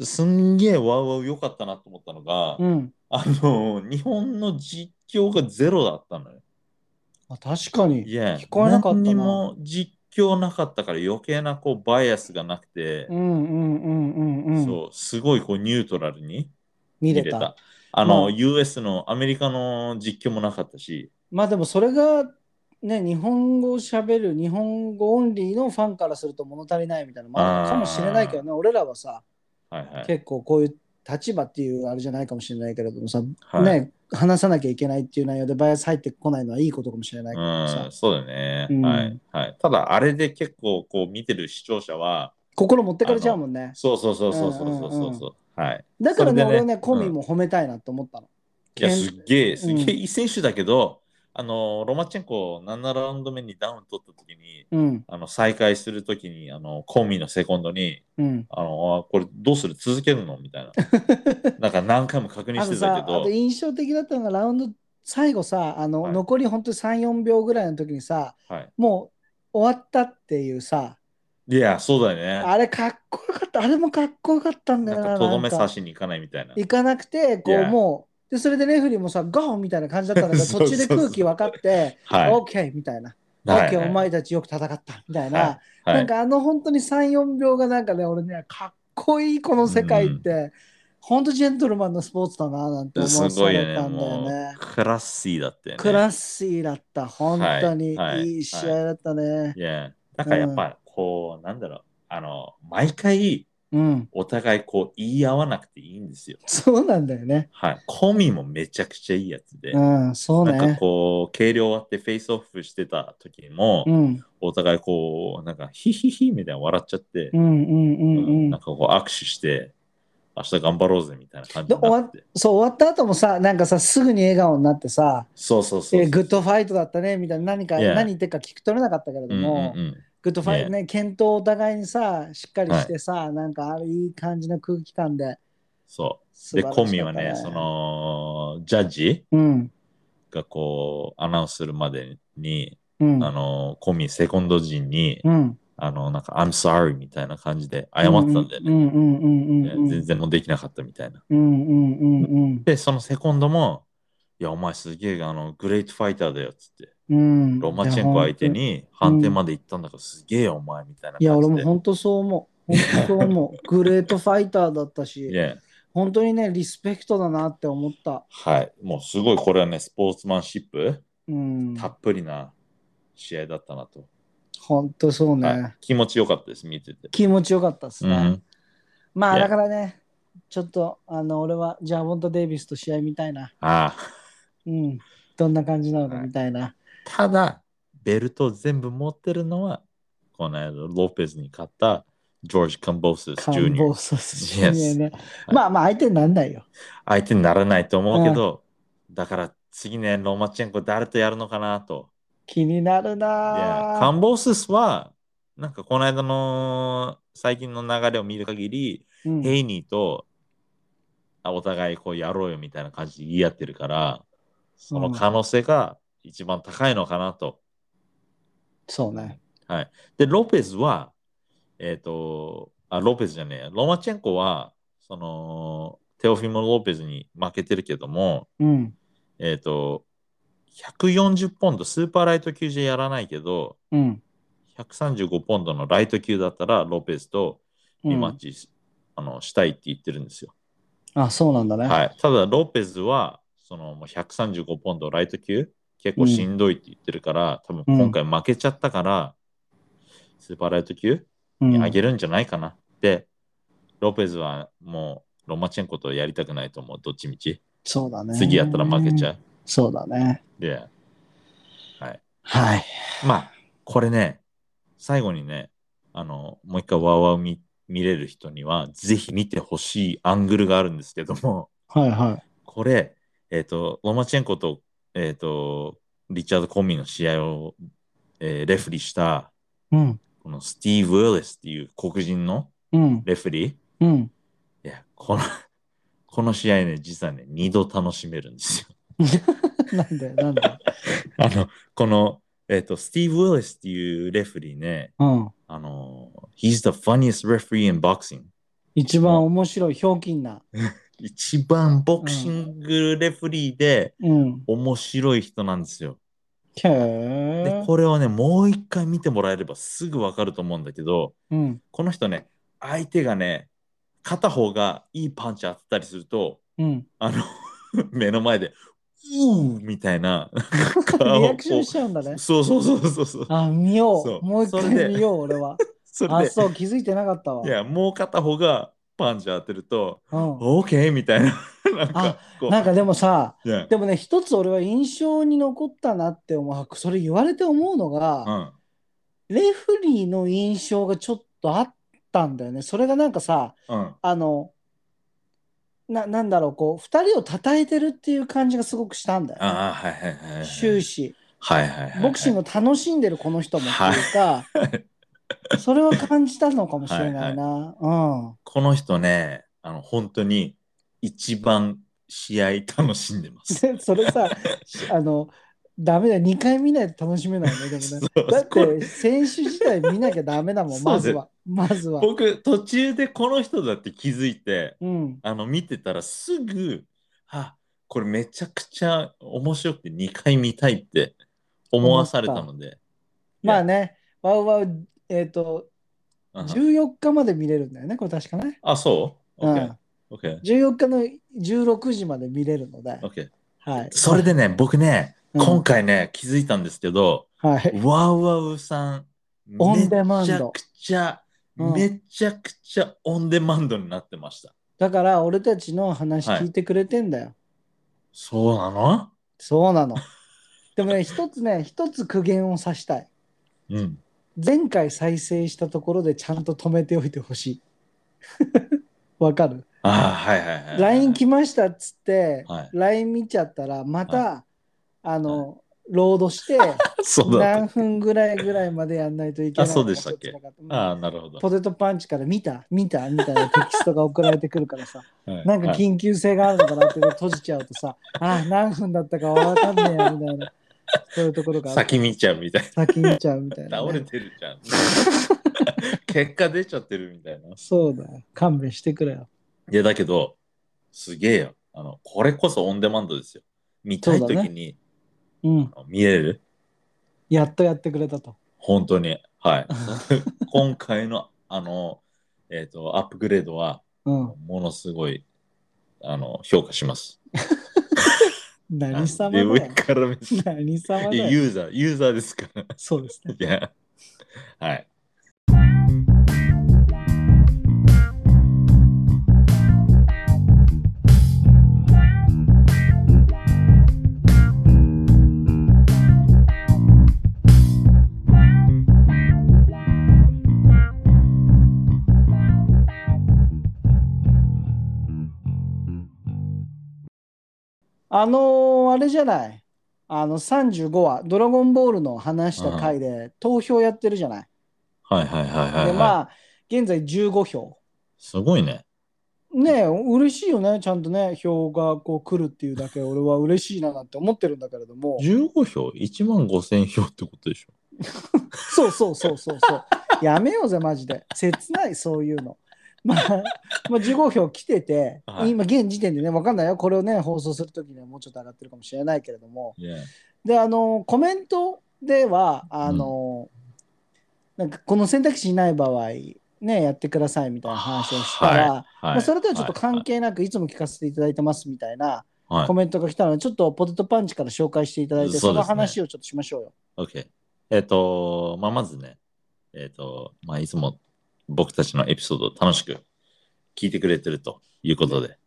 Speaker 2: すんげえワウワウ良かったなと思ったのが、
Speaker 1: うん。
Speaker 2: あの、日本の実況がゼロだったのよ。
Speaker 1: あ確か
Speaker 2: い
Speaker 1: に。
Speaker 2: や、
Speaker 1: 聞こえなかったな
Speaker 2: 何にも実況なかったから余計なこうバイアスがなくて
Speaker 1: う、んうんうんうんうん。
Speaker 2: そう、すごいこうニュートラルに
Speaker 1: 見
Speaker 2: 入
Speaker 1: れ
Speaker 2: れ
Speaker 1: た。
Speaker 2: た。あの、
Speaker 1: まあ
Speaker 2: US のアメリカの実況もなかったし、
Speaker 1: まあでもそれが、ね、日本語をしゃべる日本語オンリーのファンからすると物足りないみたいなのもあるかもしれないけどね、俺らはさ、
Speaker 2: はいはい。
Speaker 1: 結構こういう立場っていうあれじゃないかもしれないけれどもさ、
Speaker 2: はい
Speaker 1: ね、話さなきゃいけないっていう内容でバイアス入ってこないのはいいことかもしれないからさ、
Speaker 2: うん、そうだね、
Speaker 1: うん
Speaker 2: はいはい。ただ、あれで結構こう見てる視聴者は、
Speaker 1: 心持ってかれちゃうもんね。
Speaker 2: そうそうそうそうそうそうそう
Speaker 1: うんうん
Speaker 2: そう。はい。
Speaker 1: だからね、
Speaker 2: それ
Speaker 1: 俺
Speaker 2: でね
Speaker 1: はね、コミ
Speaker 2: うん
Speaker 1: も褒めたいなと思ったの。
Speaker 2: いや、
Speaker 1: けん
Speaker 2: すっげえ、すっげえ
Speaker 1: うん
Speaker 2: いい選手だけど、あの、ロマチェンコ7ラウンド目にダウン取った時に、
Speaker 1: うん、
Speaker 2: あの再開するときにあのコンビのセコンドに <laughs>
Speaker 1: うん。
Speaker 2: あのあこれどうする続けるのみたいななんか何回も確認
Speaker 1: あ
Speaker 2: し
Speaker 1: と
Speaker 2: てた
Speaker 1: さ、
Speaker 2: け
Speaker 1: あ
Speaker 2: ど
Speaker 1: と印象的だったのがラウンド最後さ、あの、
Speaker 2: はい
Speaker 1: 残り本当に3、4秒ぐらいの時にさ、
Speaker 2: はい、
Speaker 1: もう終わったっていうさ、
Speaker 2: いやそうだよね
Speaker 1: あれかっこよかった、あれもかっこよかったんだ
Speaker 2: な
Speaker 1: よ
Speaker 2: ん
Speaker 1: な。
Speaker 2: かとどめ
Speaker 1: なんか
Speaker 2: 刺しに行かないみたいな
Speaker 1: 行かなくて、こう
Speaker 2: Yeah.
Speaker 1: もう、でそれでレフェリーもさ、ゴーみたいな感じだったんだけど、
Speaker 2: <laughs> そうそう
Speaker 1: 途
Speaker 2: そ
Speaker 1: 中
Speaker 2: う
Speaker 1: で空気分かって、
Speaker 2: はい
Speaker 1: オーケーみたいな、オ
Speaker 2: はい
Speaker 1: ーケーお前たちよく戦ったみたいな、
Speaker 2: はは
Speaker 1: ないんかあの本当に3、4秒がなんかね、俺ね、かっこいいこの世界って、本当ジェントルマンのスポーツだななんて思わ
Speaker 2: す
Speaker 1: さ
Speaker 2: ごい
Speaker 1: れ
Speaker 2: よね
Speaker 1: たんだよ
Speaker 2: も
Speaker 1: ね。
Speaker 2: うクラッシーだったよね
Speaker 1: クラッシーだった、本当に、
Speaker 2: はい
Speaker 1: い
Speaker 2: はい
Speaker 1: い、試合だったね。
Speaker 2: いやだからやっぱこう、なんだろうあの毎回
Speaker 1: うん、
Speaker 2: お互いこう言い合わなくていいんですよ
Speaker 1: そうなんだよね。
Speaker 2: はいコミもめちゃくちゃいいやつで、
Speaker 1: うん、そう
Speaker 2: なんか
Speaker 1: ね。
Speaker 2: こう軽量割ってフェイスオフしてた時も、
Speaker 1: うん、
Speaker 2: お互いこう、なんか、ヒヒヒみたいな笑っちゃって
Speaker 1: う、ん、うん、うん、う
Speaker 2: なんん。かこう握手して、明日頑張ろうぜみたいな感じ
Speaker 1: で
Speaker 2: にな
Speaker 1: 終わ
Speaker 2: って。
Speaker 1: そう、終わった後もさ、なんかさ、すぐに笑顔になってさ、
Speaker 2: そうそうそうそう。
Speaker 1: えーグッドファイトだったねみたいな何か
Speaker 2: Yeah.
Speaker 1: 何言ってるか聞き取れなかったけれど
Speaker 2: うん
Speaker 1: も、
Speaker 2: うんうん
Speaker 1: グッドファイトね、検討お互いにさしっかりしてさ、なんかあれいい感じの空気感で
Speaker 2: そ
Speaker 1: 素
Speaker 2: う。
Speaker 1: 晴
Speaker 2: で、
Speaker 1: らし
Speaker 2: コ
Speaker 1: かった
Speaker 2: ミはね、その、ジャッジ
Speaker 1: うん
Speaker 2: がこう、アナウンスするまでに、
Speaker 1: うん
Speaker 2: あの、コミ、セコンド陣に、
Speaker 1: うん
Speaker 2: あの、なんか、I'm sorry みたいな感じで謝ってたんだよ
Speaker 1: う
Speaker 2: ね。
Speaker 1: んうんうんうんうん
Speaker 2: 全然もうできなかったみたいな。
Speaker 1: うんうんうんうん
Speaker 2: で、そのセコンドも、いや、お前すげえ、あの、グレートファイターだよ、つって。
Speaker 1: うん
Speaker 2: ロマチェンコ相手に判定まで行ったんだからすげえよお前みたいない
Speaker 1: や
Speaker 2: 感
Speaker 1: 俺
Speaker 2: じで。
Speaker 1: も本当そう思う本当そう思
Speaker 2: <laughs>
Speaker 1: うグレートファイターだったし、
Speaker 2: ね
Speaker 1: 本当にねリスペクトだなって思った
Speaker 2: はい。もうすごいこれはね、スポーツマンシップ
Speaker 1: うん
Speaker 2: たっぷりな試合だったなと。
Speaker 1: 本当そうね、
Speaker 2: はい、気持ちよかったです、見てて。
Speaker 1: 気持ちよかったですね、
Speaker 2: うん
Speaker 1: まあ
Speaker 2: Yeah.
Speaker 1: だからね、ちょっとあの俺はジャーボント・デイビスと試合見たいな。
Speaker 2: ああ。
Speaker 1: うん。どんな感じなのか
Speaker 2: はい
Speaker 1: みたいな。
Speaker 2: ただ、ベルト全部持ってるのは、この間、ロペスに勝ったジョージ・カンボースス・
Speaker 1: カ
Speaker 2: ジュ
Speaker 1: ン
Speaker 2: ニ
Speaker 1: ボー。
Speaker 2: ア
Speaker 1: サスジュニアね。
Speaker 2: い
Speaker 1: <laughs> まあまあ相手になんないよ。
Speaker 2: 相手にならないと思うけど、だから次ね、ロマチェンコ誰とやるのかなと。
Speaker 1: 気になる
Speaker 2: い
Speaker 1: な
Speaker 2: や
Speaker 1: ぁ
Speaker 2: カンボーススは、なんかこの間の最近の流れを見る限り、
Speaker 1: うん
Speaker 2: ヘイニーとあお互いこうやろうよみたいな感じで言い合ってるから、その可能性が一番高いのかなと。
Speaker 1: そうね。
Speaker 2: はい。で、ロペスは、えっ、と、あ、ロペスじゃねえ、ロマチェンコは、その、テオフィモ・ロペスに負けてるけども、
Speaker 1: うん。
Speaker 2: えっ、と、140ポンド、スーパーライト級じゃやらないけど、
Speaker 1: うん。
Speaker 2: 135ポンドのライト級だったら、ロペスと
Speaker 1: う
Speaker 2: リマッ
Speaker 1: ん、
Speaker 2: チし、あのしたいって言ってるんですよ。
Speaker 1: あ、そうなんだね。
Speaker 2: はい。ただ、ロペスは、その、もう135ポンドライト級、結構しんどいって言ってるから、多分今回負けちゃったから、スーパーライト級
Speaker 1: うん
Speaker 2: あげるんじゃないかなって、ロペスはもうロマチェンコとやりたくないと思う、どっちみち。
Speaker 1: そうだね。
Speaker 2: 次やったら負けちゃ
Speaker 1: う。
Speaker 2: う。
Speaker 1: そうだね。
Speaker 2: で、はい。
Speaker 1: はい。
Speaker 2: まあ、これね、最後にね、あの、もう一回ワーワー見見れる人には、ぜひ見てほしいアングルがあるんですけども、
Speaker 1: はいは
Speaker 2: これ、えっ、と、ロマチェンコと、えっ、と、リチャード・コミの試合を、えーレフェリーした、
Speaker 1: い。うん。
Speaker 2: このスティーブ・ウィリスっていう黒人の
Speaker 1: うん。
Speaker 2: レフェリー、
Speaker 1: うん。 <laughs>
Speaker 2: いや、この、 <laughs> この試合ね、実はね、2度楽しめるんですよ。
Speaker 1: なんだよ、なんだよ。
Speaker 2: <laughs> あの、この、えっ、と、スティーブ・ウィリスっていうレフェリーね、
Speaker 1: うん。
Speaker 2: あの、he's the funniest referee in boxing.
Speaker 1: 一番面白い、ひょうきんな。
Speaker 2: 一番ボクシングレフェリーで
Speaker 1: うん。
Speaker 2: 面白い人なんですよ。
Speaker 1: へ
Speaker 2: で
Speaker 1: え、。
Speaker 2: これをね、もう一回見てもらえればすぐわかると思うんだけど、
Speaker 1: うん。
Speaker 2: この人ね、相手がね、片方がいいパンチ当てたりすると、
Speaker 1: うん。
Speaker 2: あの、 <laughs> 目の前で、うーみたいな、なんか顔を
Speaker 1: リアクションしちゃうんだね。
Speaker 2: そうそうそうそうそう。
Speaker 1: あ、見よ
Speaker 2: そう
Speaker 1: う。もう一
Speaker 2: それで
Speaker 1: 回見よう、俺は。
Speaker 2: <laughs> そ
Speaker 1: あ、
Speaker 2: れで、
Speaker 1: そう、気づいてなかったわ。
Speaker 2: いや、もう片方がパンチ当てると、
Speaker 1: うん。
Speaker 2: OK! みたいな、 <laughs> なんか
Speaker 1: あ、
Speaker 2: こ
Speaker 1: なんかでもさ、
Speaker 2: う、いや
Speaker 1: でもね、一つ俺は印象に残ったなって思う。それ言われて思うのが、
Speaker 2: うん、
Speaker 1: レフリーの印象がちょっとあったんだよね。それがなんかさ、
Speaker 2: うん、
Speaker 1: あの、な、なんだろう、こう、二人を称えてるっていう感じがすごくしたんだよね。
Speaker 2: ああ、はいはいはいはい。
Speaker 1: 終始、
Speaker 2: はいはいはいはい。
Speaker 1: ボクシングを楽しんでるこの人もっていうか、それは感じたのかもしれないな。
Speaker 2: この人ね、あの、本当に一番試合楽しんで
Speaker 1: <laughs>
Speaker 2: ます。
Speaker 1: うん。でそれさ、あの、ダメだよ、2回見ないと楽しめないね、でもね。
Speaker 2: そう
Speaker 1: だっ
Speaker 2: これ
Speaker 1: て、選手自体見なきゃダメだもん、
Speaker 2: そう
Speaker 1: ま
Speaker 2: です
Speaker 1: ずは。まずは。
Speaker 2: 僕、途中でこの人だって気づいて、
Speaker 1: うん。
Speaker 2: あの見てたらすぐ、あこれめちゃくちゃ面白くて2回見たいって思わされたので。
Speaker 1: まあね、ワウワウ、えっと、
Speaker 2: うん
Speaker 1: 14日まで見れるんだよね、これ確かね。
Speaker 2: あ、そう
Speaker 1: うん
Speaker 2: ?OK。OK。
Speaker 1: 14日の16時まで見れるので、
Speaker 2: OK。
Speaker 1: はい。
Speaker 2: それでね、僕ね、
Speaker 1: うん
Speaker 2: 今回ね、気づいたんですけど、
Speaker 1: はい。
Speaker 2: ワウワウさん、
Speaker 1: オンデマンド
Speaker 2: めちゃくちゃ、
Speaker 1: うん
Speaker 2: めちゃくちゃオンデマンドになってました。
Speaker 1: だから、俺たちの話聞いてくれてんだよ。
Speaker 2: そうなの
Speaker 1: そうなの。でもね、一つね、一つ苦言をさしたい。
Speaker 2: うん。
Speaker 1: 前回再生したところでちゃんと止めておいてほしい。 <laughs> わかる
Speaker 2: ああ、はいはいはい。
Speaker 1: ?LINE 来ましたっつって、
Speaker 2: はい
Speaker 1: LINE 見ちゃったら、また、あの、ロードして、
Speaker 2: <laughs> そうだ
Speaker 1: 何
Speaker 2: った。
Speaker 1: 分ぐらいぐらいまでやんないといけない。
Speaker 2: あそうでしたっけ
Speaker 1: こつなかっ
Speaker 2: ああ、なるほど
Speaker 1: た。ポテトパンチから見た見たみたいなテキストが送られてくるからさ、
Speaker 2: はい
Speaker 1: なんか
Speaker 2: はい
Speaker 1: 緊急性があるのかなって閉じちゃうとさ、あ何分だったかわかんねえやみたいな、そういうところがある
Speaker 2: 先見ちゃうみたいな。
Speaker 1: 先見ちゃうみたいな
Speaker 2: 倒
Speaker 1: ね、
Speaker 2: れてる
Speaker 1: <laughs>
Speaker 2: じゃん。結果出ちゃってるみたいな。い
Speaker 1: そうだよ。勘弁してくれよ。
Speaker 2: や、だけど、すげえよ。あの、これこそオンデマンドですよ。見たい
Speaker 1: そうだね
Speaker 2: 時に、
Speaker 1: うん。
Speaker 2: あの見れる
Speaker 1: やっとやってくれたと。
Speaker 2: 本当に。
Speaker 1: <laughs>
Speaker 2: はい。今回の、あの、えっ、と、アップグレードは、
Speaker 1: うん。
Speaker 2: ものすごい、あの、評価します。
Speaker 1: 何様だ
Speaker 2: で、上
Speaker 1: よ。
Speaker 2: から見せ
Speaker 1: 何様だ
Speaker 2: いや
Speaker 1: よ。
Speaker 2: ユーザー、ユーザーですから。
Speaker 1: そうですね。
Speaker 2: いや、はい。
Speaker 1: あのーあれじゃない。あの35話、ドラゴンボールの話した回で投票やってるじゃない。
Speaker 2: はいはいはいはい、は
Speaker 1: で、
Speaker 2: い
Speaker 1: まあ、現在15票。
Speaker 2: すごいね。
Speaker 1: ねえ、嬉しいよね。ちゃんとね、票がこう来るっていうだけ、俺は嬉しいななんて思ってるんだけれども。
Speaker 2: 15票、1万5000票ってことでしょ。
Speaker 1: そうそうそうそうそう。やめようぜ、マジで。切ない、そういうの。まあ、まあ、15票来てて、
Speaker 2: はい
Speaker 1: 今、現時点でね、わかんないよ。これをね、放送するときにはもうちょっと上がってるかもしれないけれども。
Speaker 2: Yeah.
Speaker 1: で、あの、コメントでは、あの、なんか、この選択肢にない場合、ね、やってくださいみたいな話をしたら、
Speaker 2: は
Speaker 1: まあ、それとはちょっと関係なく、いつも聞かせていただいてますみたいな
Speaker 2: はいはい
Speaker 1: コメントが来たので、ちょっとポテトパンチから紹介していただいて、
Speaker 2: そ
Speaker 1: そう
Speaker 2: ですね
Speaker 1: の話をちょっとしましょうよ。
Speaker 2: OK。えっ、と、まあ、まずね、えっ、と、まあ、いつも僕たちのエピソードを楽しく聞いてくれてるということで、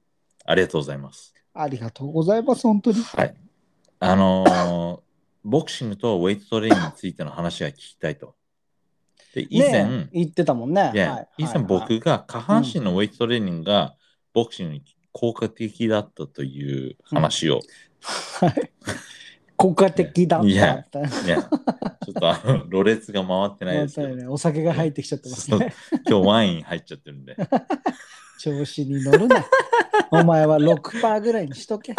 Speaker 2: ありがとうございます。
Speaker 1: ありがとうございます、本当に。
Speaker 2: はい。あのー <coughs> ボクシングとウェイトトレーニングについての話が聞きたいと。で、以前、
Speaker 1: ね、言ってたもんね。
Speaker 2: いや
Speaker 1: はい
Speaker 2: 以前僕が下半身のウェイトトレーニングがボクシングに効果的だったという話を、
Speaker 1: はい効果的だった。
Speaker 2: いや
Speaker 1: だっ
Speaker 2: ね、ちょっとあの、 <laughs> ろれつが <laughs> 回って
Speaker 1: た
Speaker 2: ないですけ
Speaker 1: <laughs>
Speaker 2: ど、
Speaker 1: ね、お酒が入ってきちゃってますね。
Speaker 2: 今日ワイン入っちゃってるんで。
Speaker 1: 調子に乗る
Speaker 2: <laughs>
Speaker 1: な。お前は6%ぐらいにしとけ。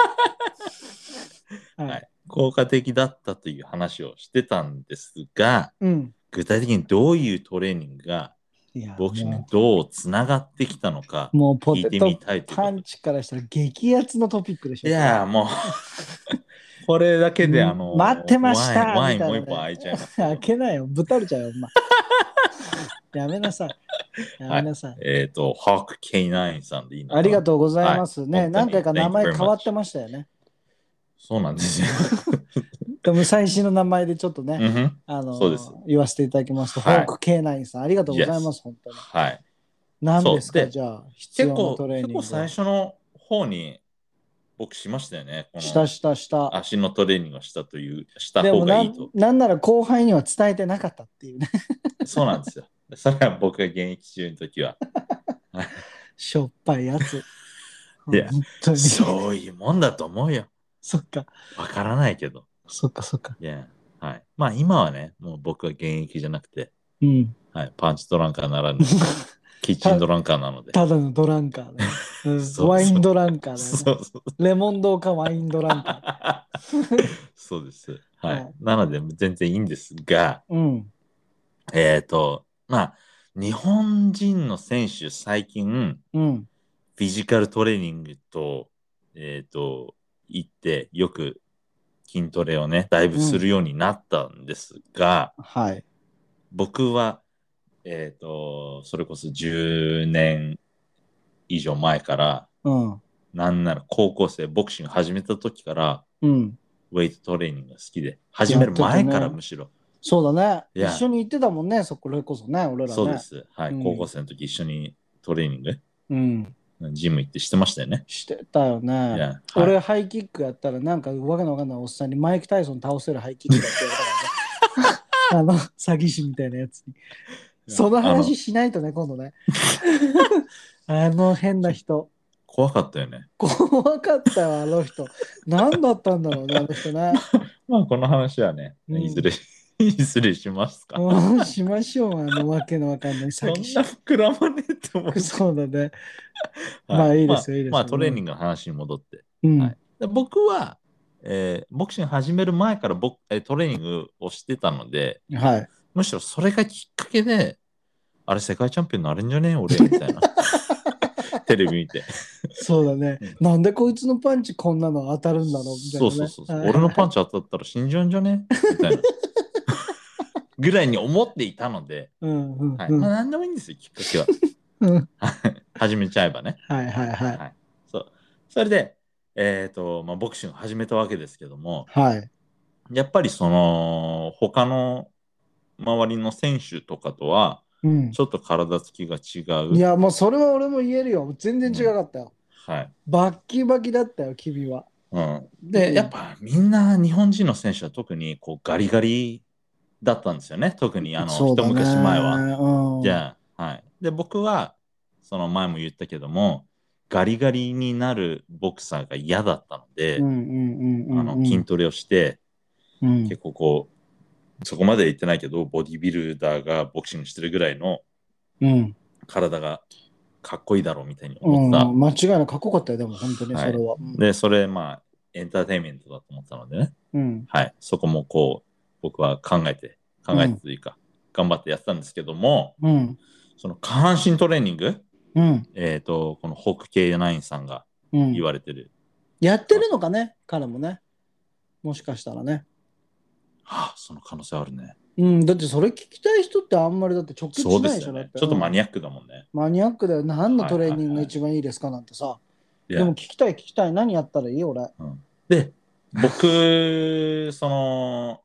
Speaker 1: はい。
Speaker 2: はい効果的だったという話をしてたんですが、
Speaker 1: うん。
Speaker 2: 具体的にどういうトレーニングが
Speaker 1: いや
Speaker 2: ボクシングに
Speaker 1: も
Speaker 2: どうつながってきたのか
Speaker 1: うもうポ
Speaker 2: 聞い
Speaker 1: テ
Speaker 2: て
Speaker 1: ト
Speaker 2: みたいというこ
Speaker 1: パ
Speaker 2: と
Speaker 1: ン
Speaker 2: で
Speaker 1: チからしたら激アツのトピックでしょ。
Speaker 2: いや
Speaker 1: <laughs>
Speaker 2: ーもうこれだけであの
Speaker 1: 待ってました
Speaker 2: ワイン
Speaker 1: み
Speaker 2: ワ
Speaker 1: た
Speaker 2: イン
Speaker 1: い
Speaker 2: も
Speaker 1: な
Speaker 2: う
Speaker 1: ね
Speaker 2: 一本開いちゃいますけど
Speaker 1: 開けなよ。ぶたれちゃうよ、お前。 <laughs> やめなさい。やめなさい。
Speaker 2: <laughs> えっとホーク K9 さんでいいのかな
Speaker 1: ありがとうございますね。
Speaker 2: はい
Speaker 1: 何回か名前
Speaker 2: Thank you very much
Speaker 1: 変わってましたよね。
Speaker 2: そうな
Speaker 1: <laughs>
Speaker 2: んですよ
Speaker 1: でも最新の名前でちょっとね、
Speaker 2: うんふん
Speaker 1: あの
Speaker 2: そうです
Speaker 1: 言わせていただきますと、
Speaker 2: はい
Speaker 1: ホーク K9 さん、ありがとうございます、本当に。
Speaker 2: はい
Speaker 1: 何です
Speaker 2: そう
Speaker 1: か、
Speaker 2: で
Speaker 1: じゃあ、必要
Speaker 2: 結
Speaker 1: な
Speaker 2: 構
Speaker 1: トレーニング
Speaker 2: 結構最初の方に僕しましたよねこの
Speaker 1: したしたした。
Speaker 2: 足のトレーニングをしたというした
Speaker 1: で
Speaker 2: 方
Speaker 1: も
Speaker 2: が
Speaker 1: ない
Speaker 2: いと
Speaker 1: ん、なんなら後輩には伝えてなかったっていうね、 <laughs>
Speaker 2: そうなんですよ。それは僕が現役中の時は。
Speaker 1: しょっぱいやつ。
Speaker 2: いや
Speaker 1: 本当に。
Speaker 2: そういうもんだと思うよ。
Speaker 1: そっか、
Speaker 2: わからないけど。
Speaker 1: そっか、そっか。
Speaker 2: いや、はい。まあ今はね、もう僕は現役じゃなくて、
Speaker 1: うん。 <laughs>
Speaker 2: はい、パンチドランカーならぬ、キッチンドランカーなので。
Speaker 1: ただのドランカーね。うん
Speaker 2: <laughs> そう
Speaker 1: ワインドランカーだ
Speaker 2: そ
Speaker 1: よね。
Speaker 2: う
Speaker 1: <laughs>
Speaker 2: そう。
Speaker 1: レモンドかワインドランカー。
Speaker 2: そうです。は
Speaker 1: はい
Speaker 2: い。なので、全然いいんですが、 <laughs>
Speaker 1: うん。
Speaker 2: えっ、と、まあ、日本人の選手、最近、
Speaker 1: うん。
Speaker 2: フィジカルトレーニングと、えっ、と、行って、よく筋トレをね、だいぶするようになったんですが、
Speaker 1: はい。
Speaker 2: 僕は、えっ、と、それこそ10年以上前から、
Speaker 1: うん。
Speaker 2: なんなら高校生、ボクシング始めた時から、
Speaker 1: うん。
Speaker 2: ウェイトトレーニングが好きで、始める前か
Speaker 1: やってた
Speaker 2: ら
Speaker 1: ね
Speaker 2: むしろ、
Speaker 1: そうだ
Speaker 2: い
Speaker 1: ね。
Speaker 2: や
Speaker 1: 一緒に行ってたもんね、そこれこそね、俺らね。
Speaker 2: そうで。す。はい、
Speaker 1: うん
Speaker 2: 高校生の時一緒にトレーニング、
Speaker 1: うん。
Speaker 2: ジム行ってしてましたよね。
Speaker 1: してたよ
Speaker 2: い
Speaker 1: ね。
Speaker 2: やはい
Speaker 1: 俺ハイキックやったらなんかわけのわかんないおっさんにマイク・タイソン倒せるハイキックだって言わ
Speaker 2: <laughs>
Speaker 1: れたからね。あの詐欺師みたいなやつに。その
Speaker 2: あの
Speaker 1: 話しないとね、今度
Speaker 2: <laughs>
Speaker 1: ね。あの変な人。
Speaker 2: 怖かったよね。
Speaker 1: 怖かったよ、あの人。何だったんだろうね、あの人ね。
Speaker 2: まあ、この話はね、
Speaker 1: うん
Speaker 2: いずれ、 <laughs> いずれしますか。
Speaker 1: うんしましょう、あのわけのわかんない
Speaker 2: そん
Speaker 1: 詐
Speaker 2: な
Speaker 1: 欺師。
Speaker 2: 膨らまねえと思う。
Speaker 1: そうだね。まあいいですよいいですよ
Speaker 2: まあ、トレーニングの話に戻って。
Speaker 1: うん。
Speaker 2: はいで僕は、えーボクシング始める前からボク、えートレーニングをしてたので、
Speaker 1: はい
Speaker 2: むしろそれがきっかけで、あれ、世界チャンピオンになれんじゃねえ俺、みたいな。 <laughs> テレビ見て。
Speaker 1: そうだね。なんでこいつのパンチこんなの当たるんだろうみたいな、
Speaker 2: そう
Speaker 1: ね。
Speaker 2: そうそうそう。
Speaker 1: はい
Speaker 2: 俺のパンチ当たったら死んじゃうんじゃねみたいな。ぐらいに思っていたので、
Speaker 1: うんうんうん
Speaker 2: はいまあ、何でもいいんですよ、きっかけ
Speaker 1: <laughs>
Speaker 2: は。
Speaker 1: うん
Speaker 2: 始めちゃえばね。
Speaker 1: はいはいはい。
Speaker 2: はい、そうそれで、えーとまあ、ボクシング始めたわけですけども
Speaker 1: はい。
Speaker 2: やっぱりその他の周りの選手とかとは
Speaker 1: うん
Speaker 2: ち。ょっと体つきが違う。
Speaker 1: いや、もうそれは俺も言えるよ。全然違かったよ。
Speaker 2: はい
Speaker 1: バッキバキだったよ、君は。
Speaker 2: うん、で、
Speaker 1: うん
Speaker 2: やっぱみんな日本人の選手は特にこうガリガリだったんですよね特にあの、
Speaker 1: そう
Speaker 2: 一
Speaker 1: だね
Speaker 2: 昔前は。
Speaker 1: うん、
Speaker 2: じゃあ、はい、で僕はその前も言ったけどもガリガリになるボクサーが嫌だったので、
Speaker 1: うんうんうんうんうん
Speaker 2: あの筋トレをし
Speaker 1: うん
Speaker 2: て、結構こうそこまで言ってないけどボディビルダーがボクシングしてるぐらいの
Speaker 1: うん
Speaker 2: 体がかっこいいだろうみたいに
Speaker 1: う
Speaker 2: 思
Speaker 1: ん
Speaker 2: ってた、
Speaker 1: 間違いなくかっこよかったよでも本当にそれは、
Speaker 2: でそれまあエンターテインメントだと思ったのでね、
Speaker 1: うん
Speaker 2: はい、そこもこう僕は考えて考えてというか、頑張ってやってたんですけども
Speaker 1: うん
Speaker 2: その下半身トレーニング、
Speaker 1: うん
Speaker 2: えー、とこのホーク K9 さんが
Speaker 1: うん
Speaker 2: 言われてる、
Speaker 1: やってるのかね彼もねもしかしたらね
Speaker 2: はあその可能性あるね
Speaker 1: うんだってそれ聞きたい人ってあんまりだって直結
Speaker 2: そ
Speaker 1: し
Speaker 2: うで
Speaker 1: ないですしょ
Speaker 2: よ
Speaker 1: だ
Speaker 2: ね
Speaker 1: て
Speaker 2: ちょっとマニアックだもんね、
Speaker 1: マニアックだよ。何のトレーニングが一番いいですかなんてさ。
Speaker 2: いや
Speaker 1: でも聞きたい聞きたい。何やったらいい俺。
Speaker 2: で僕 <laughs> その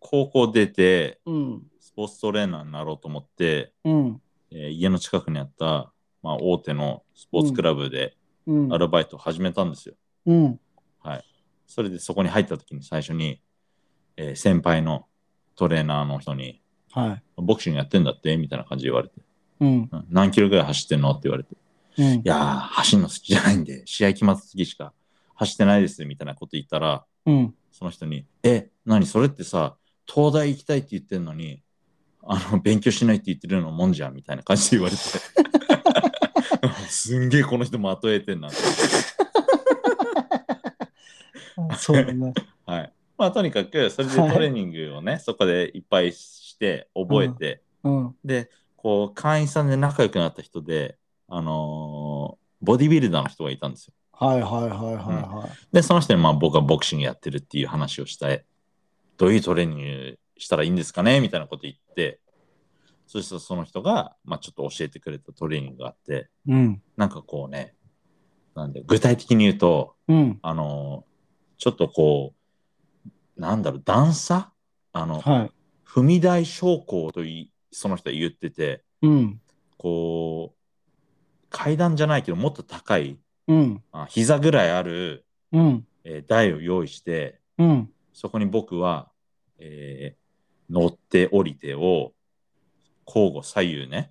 Speaker 2: 高校出て
Speaker 1: うん。
Speaker 2: スポーツトレーナーになろうと思って、
Speaker 1: うん。
Speaker 2: えー家の近くにあった、まあ、大手のスポーツクラブで
Speaker 1: うん
Speaker 2: ア。ルバイトを始めたんですよ、
Speaker 1: うん。
Speaker 2: それでそこに入った時に最初に、えー先輩のトレーナーの人に
Speaker 1: はい。
Speaker 2: 「ボクシングやってんだって?」みたいな感じで言われて
Speaker 1: うん
Speaker 2: 「うん何キロぐらい走ってんの?」って言われて「
Speaker 1: うん
Speaker 2: い。やー走るの好きじゃないんで試合決まった時しか走ってないです」みたいなこと言ったら
Speaker 1: うん。
Speaker 2: その人に「え何それってさ東大行きたいって言ってんのにあの勉強しないって言ってるのもんじゃん」みたいな感じで言われて <laughs> すんげえこの人まとえてんなって
Speaker 1: そうだね。
Speaker 2: はいまあとにかくそれで
Speaker 1: はい
Speaker 2: トレーニングをね、そこでいっぱいして覚えて、
Speaker 1: うん。
Speaker 2: でこう会員さんで仲良くなった人であのーボディビルダーの人がいたんですよ
Speaker 1: はいはいはいは
Speaker 2: でその人にまあ僕はボクシングやってるっていう話をしたいどういうトレーニングしたらいいんですかねみたいなこと言ってそしたらその人が、まあ、ちょっと教えてくれたトレーニングがあって
Speaker 1: い。うん。
Speaker 2: なんかこうねなんで具体的に言うと
Speaker 1: うん。
Speaker 2: あのーちょっとこうなんだろう段差あの、
Speaker 1: はい。
Speaker 2: 踏み台昇降といその人は言ってて
Speaker 1: うん。
Speaker 2: こう階段じゃないけどもっと高い
Speaker 1: うん。
Speaker 2: あ膝ぐらいある、
Speaker 1: うん。
Speaker 2: えー台を用意して
Speaker 1: うん。
Speaker 2: そこに僕は、えー乗って降りてを交互左右ね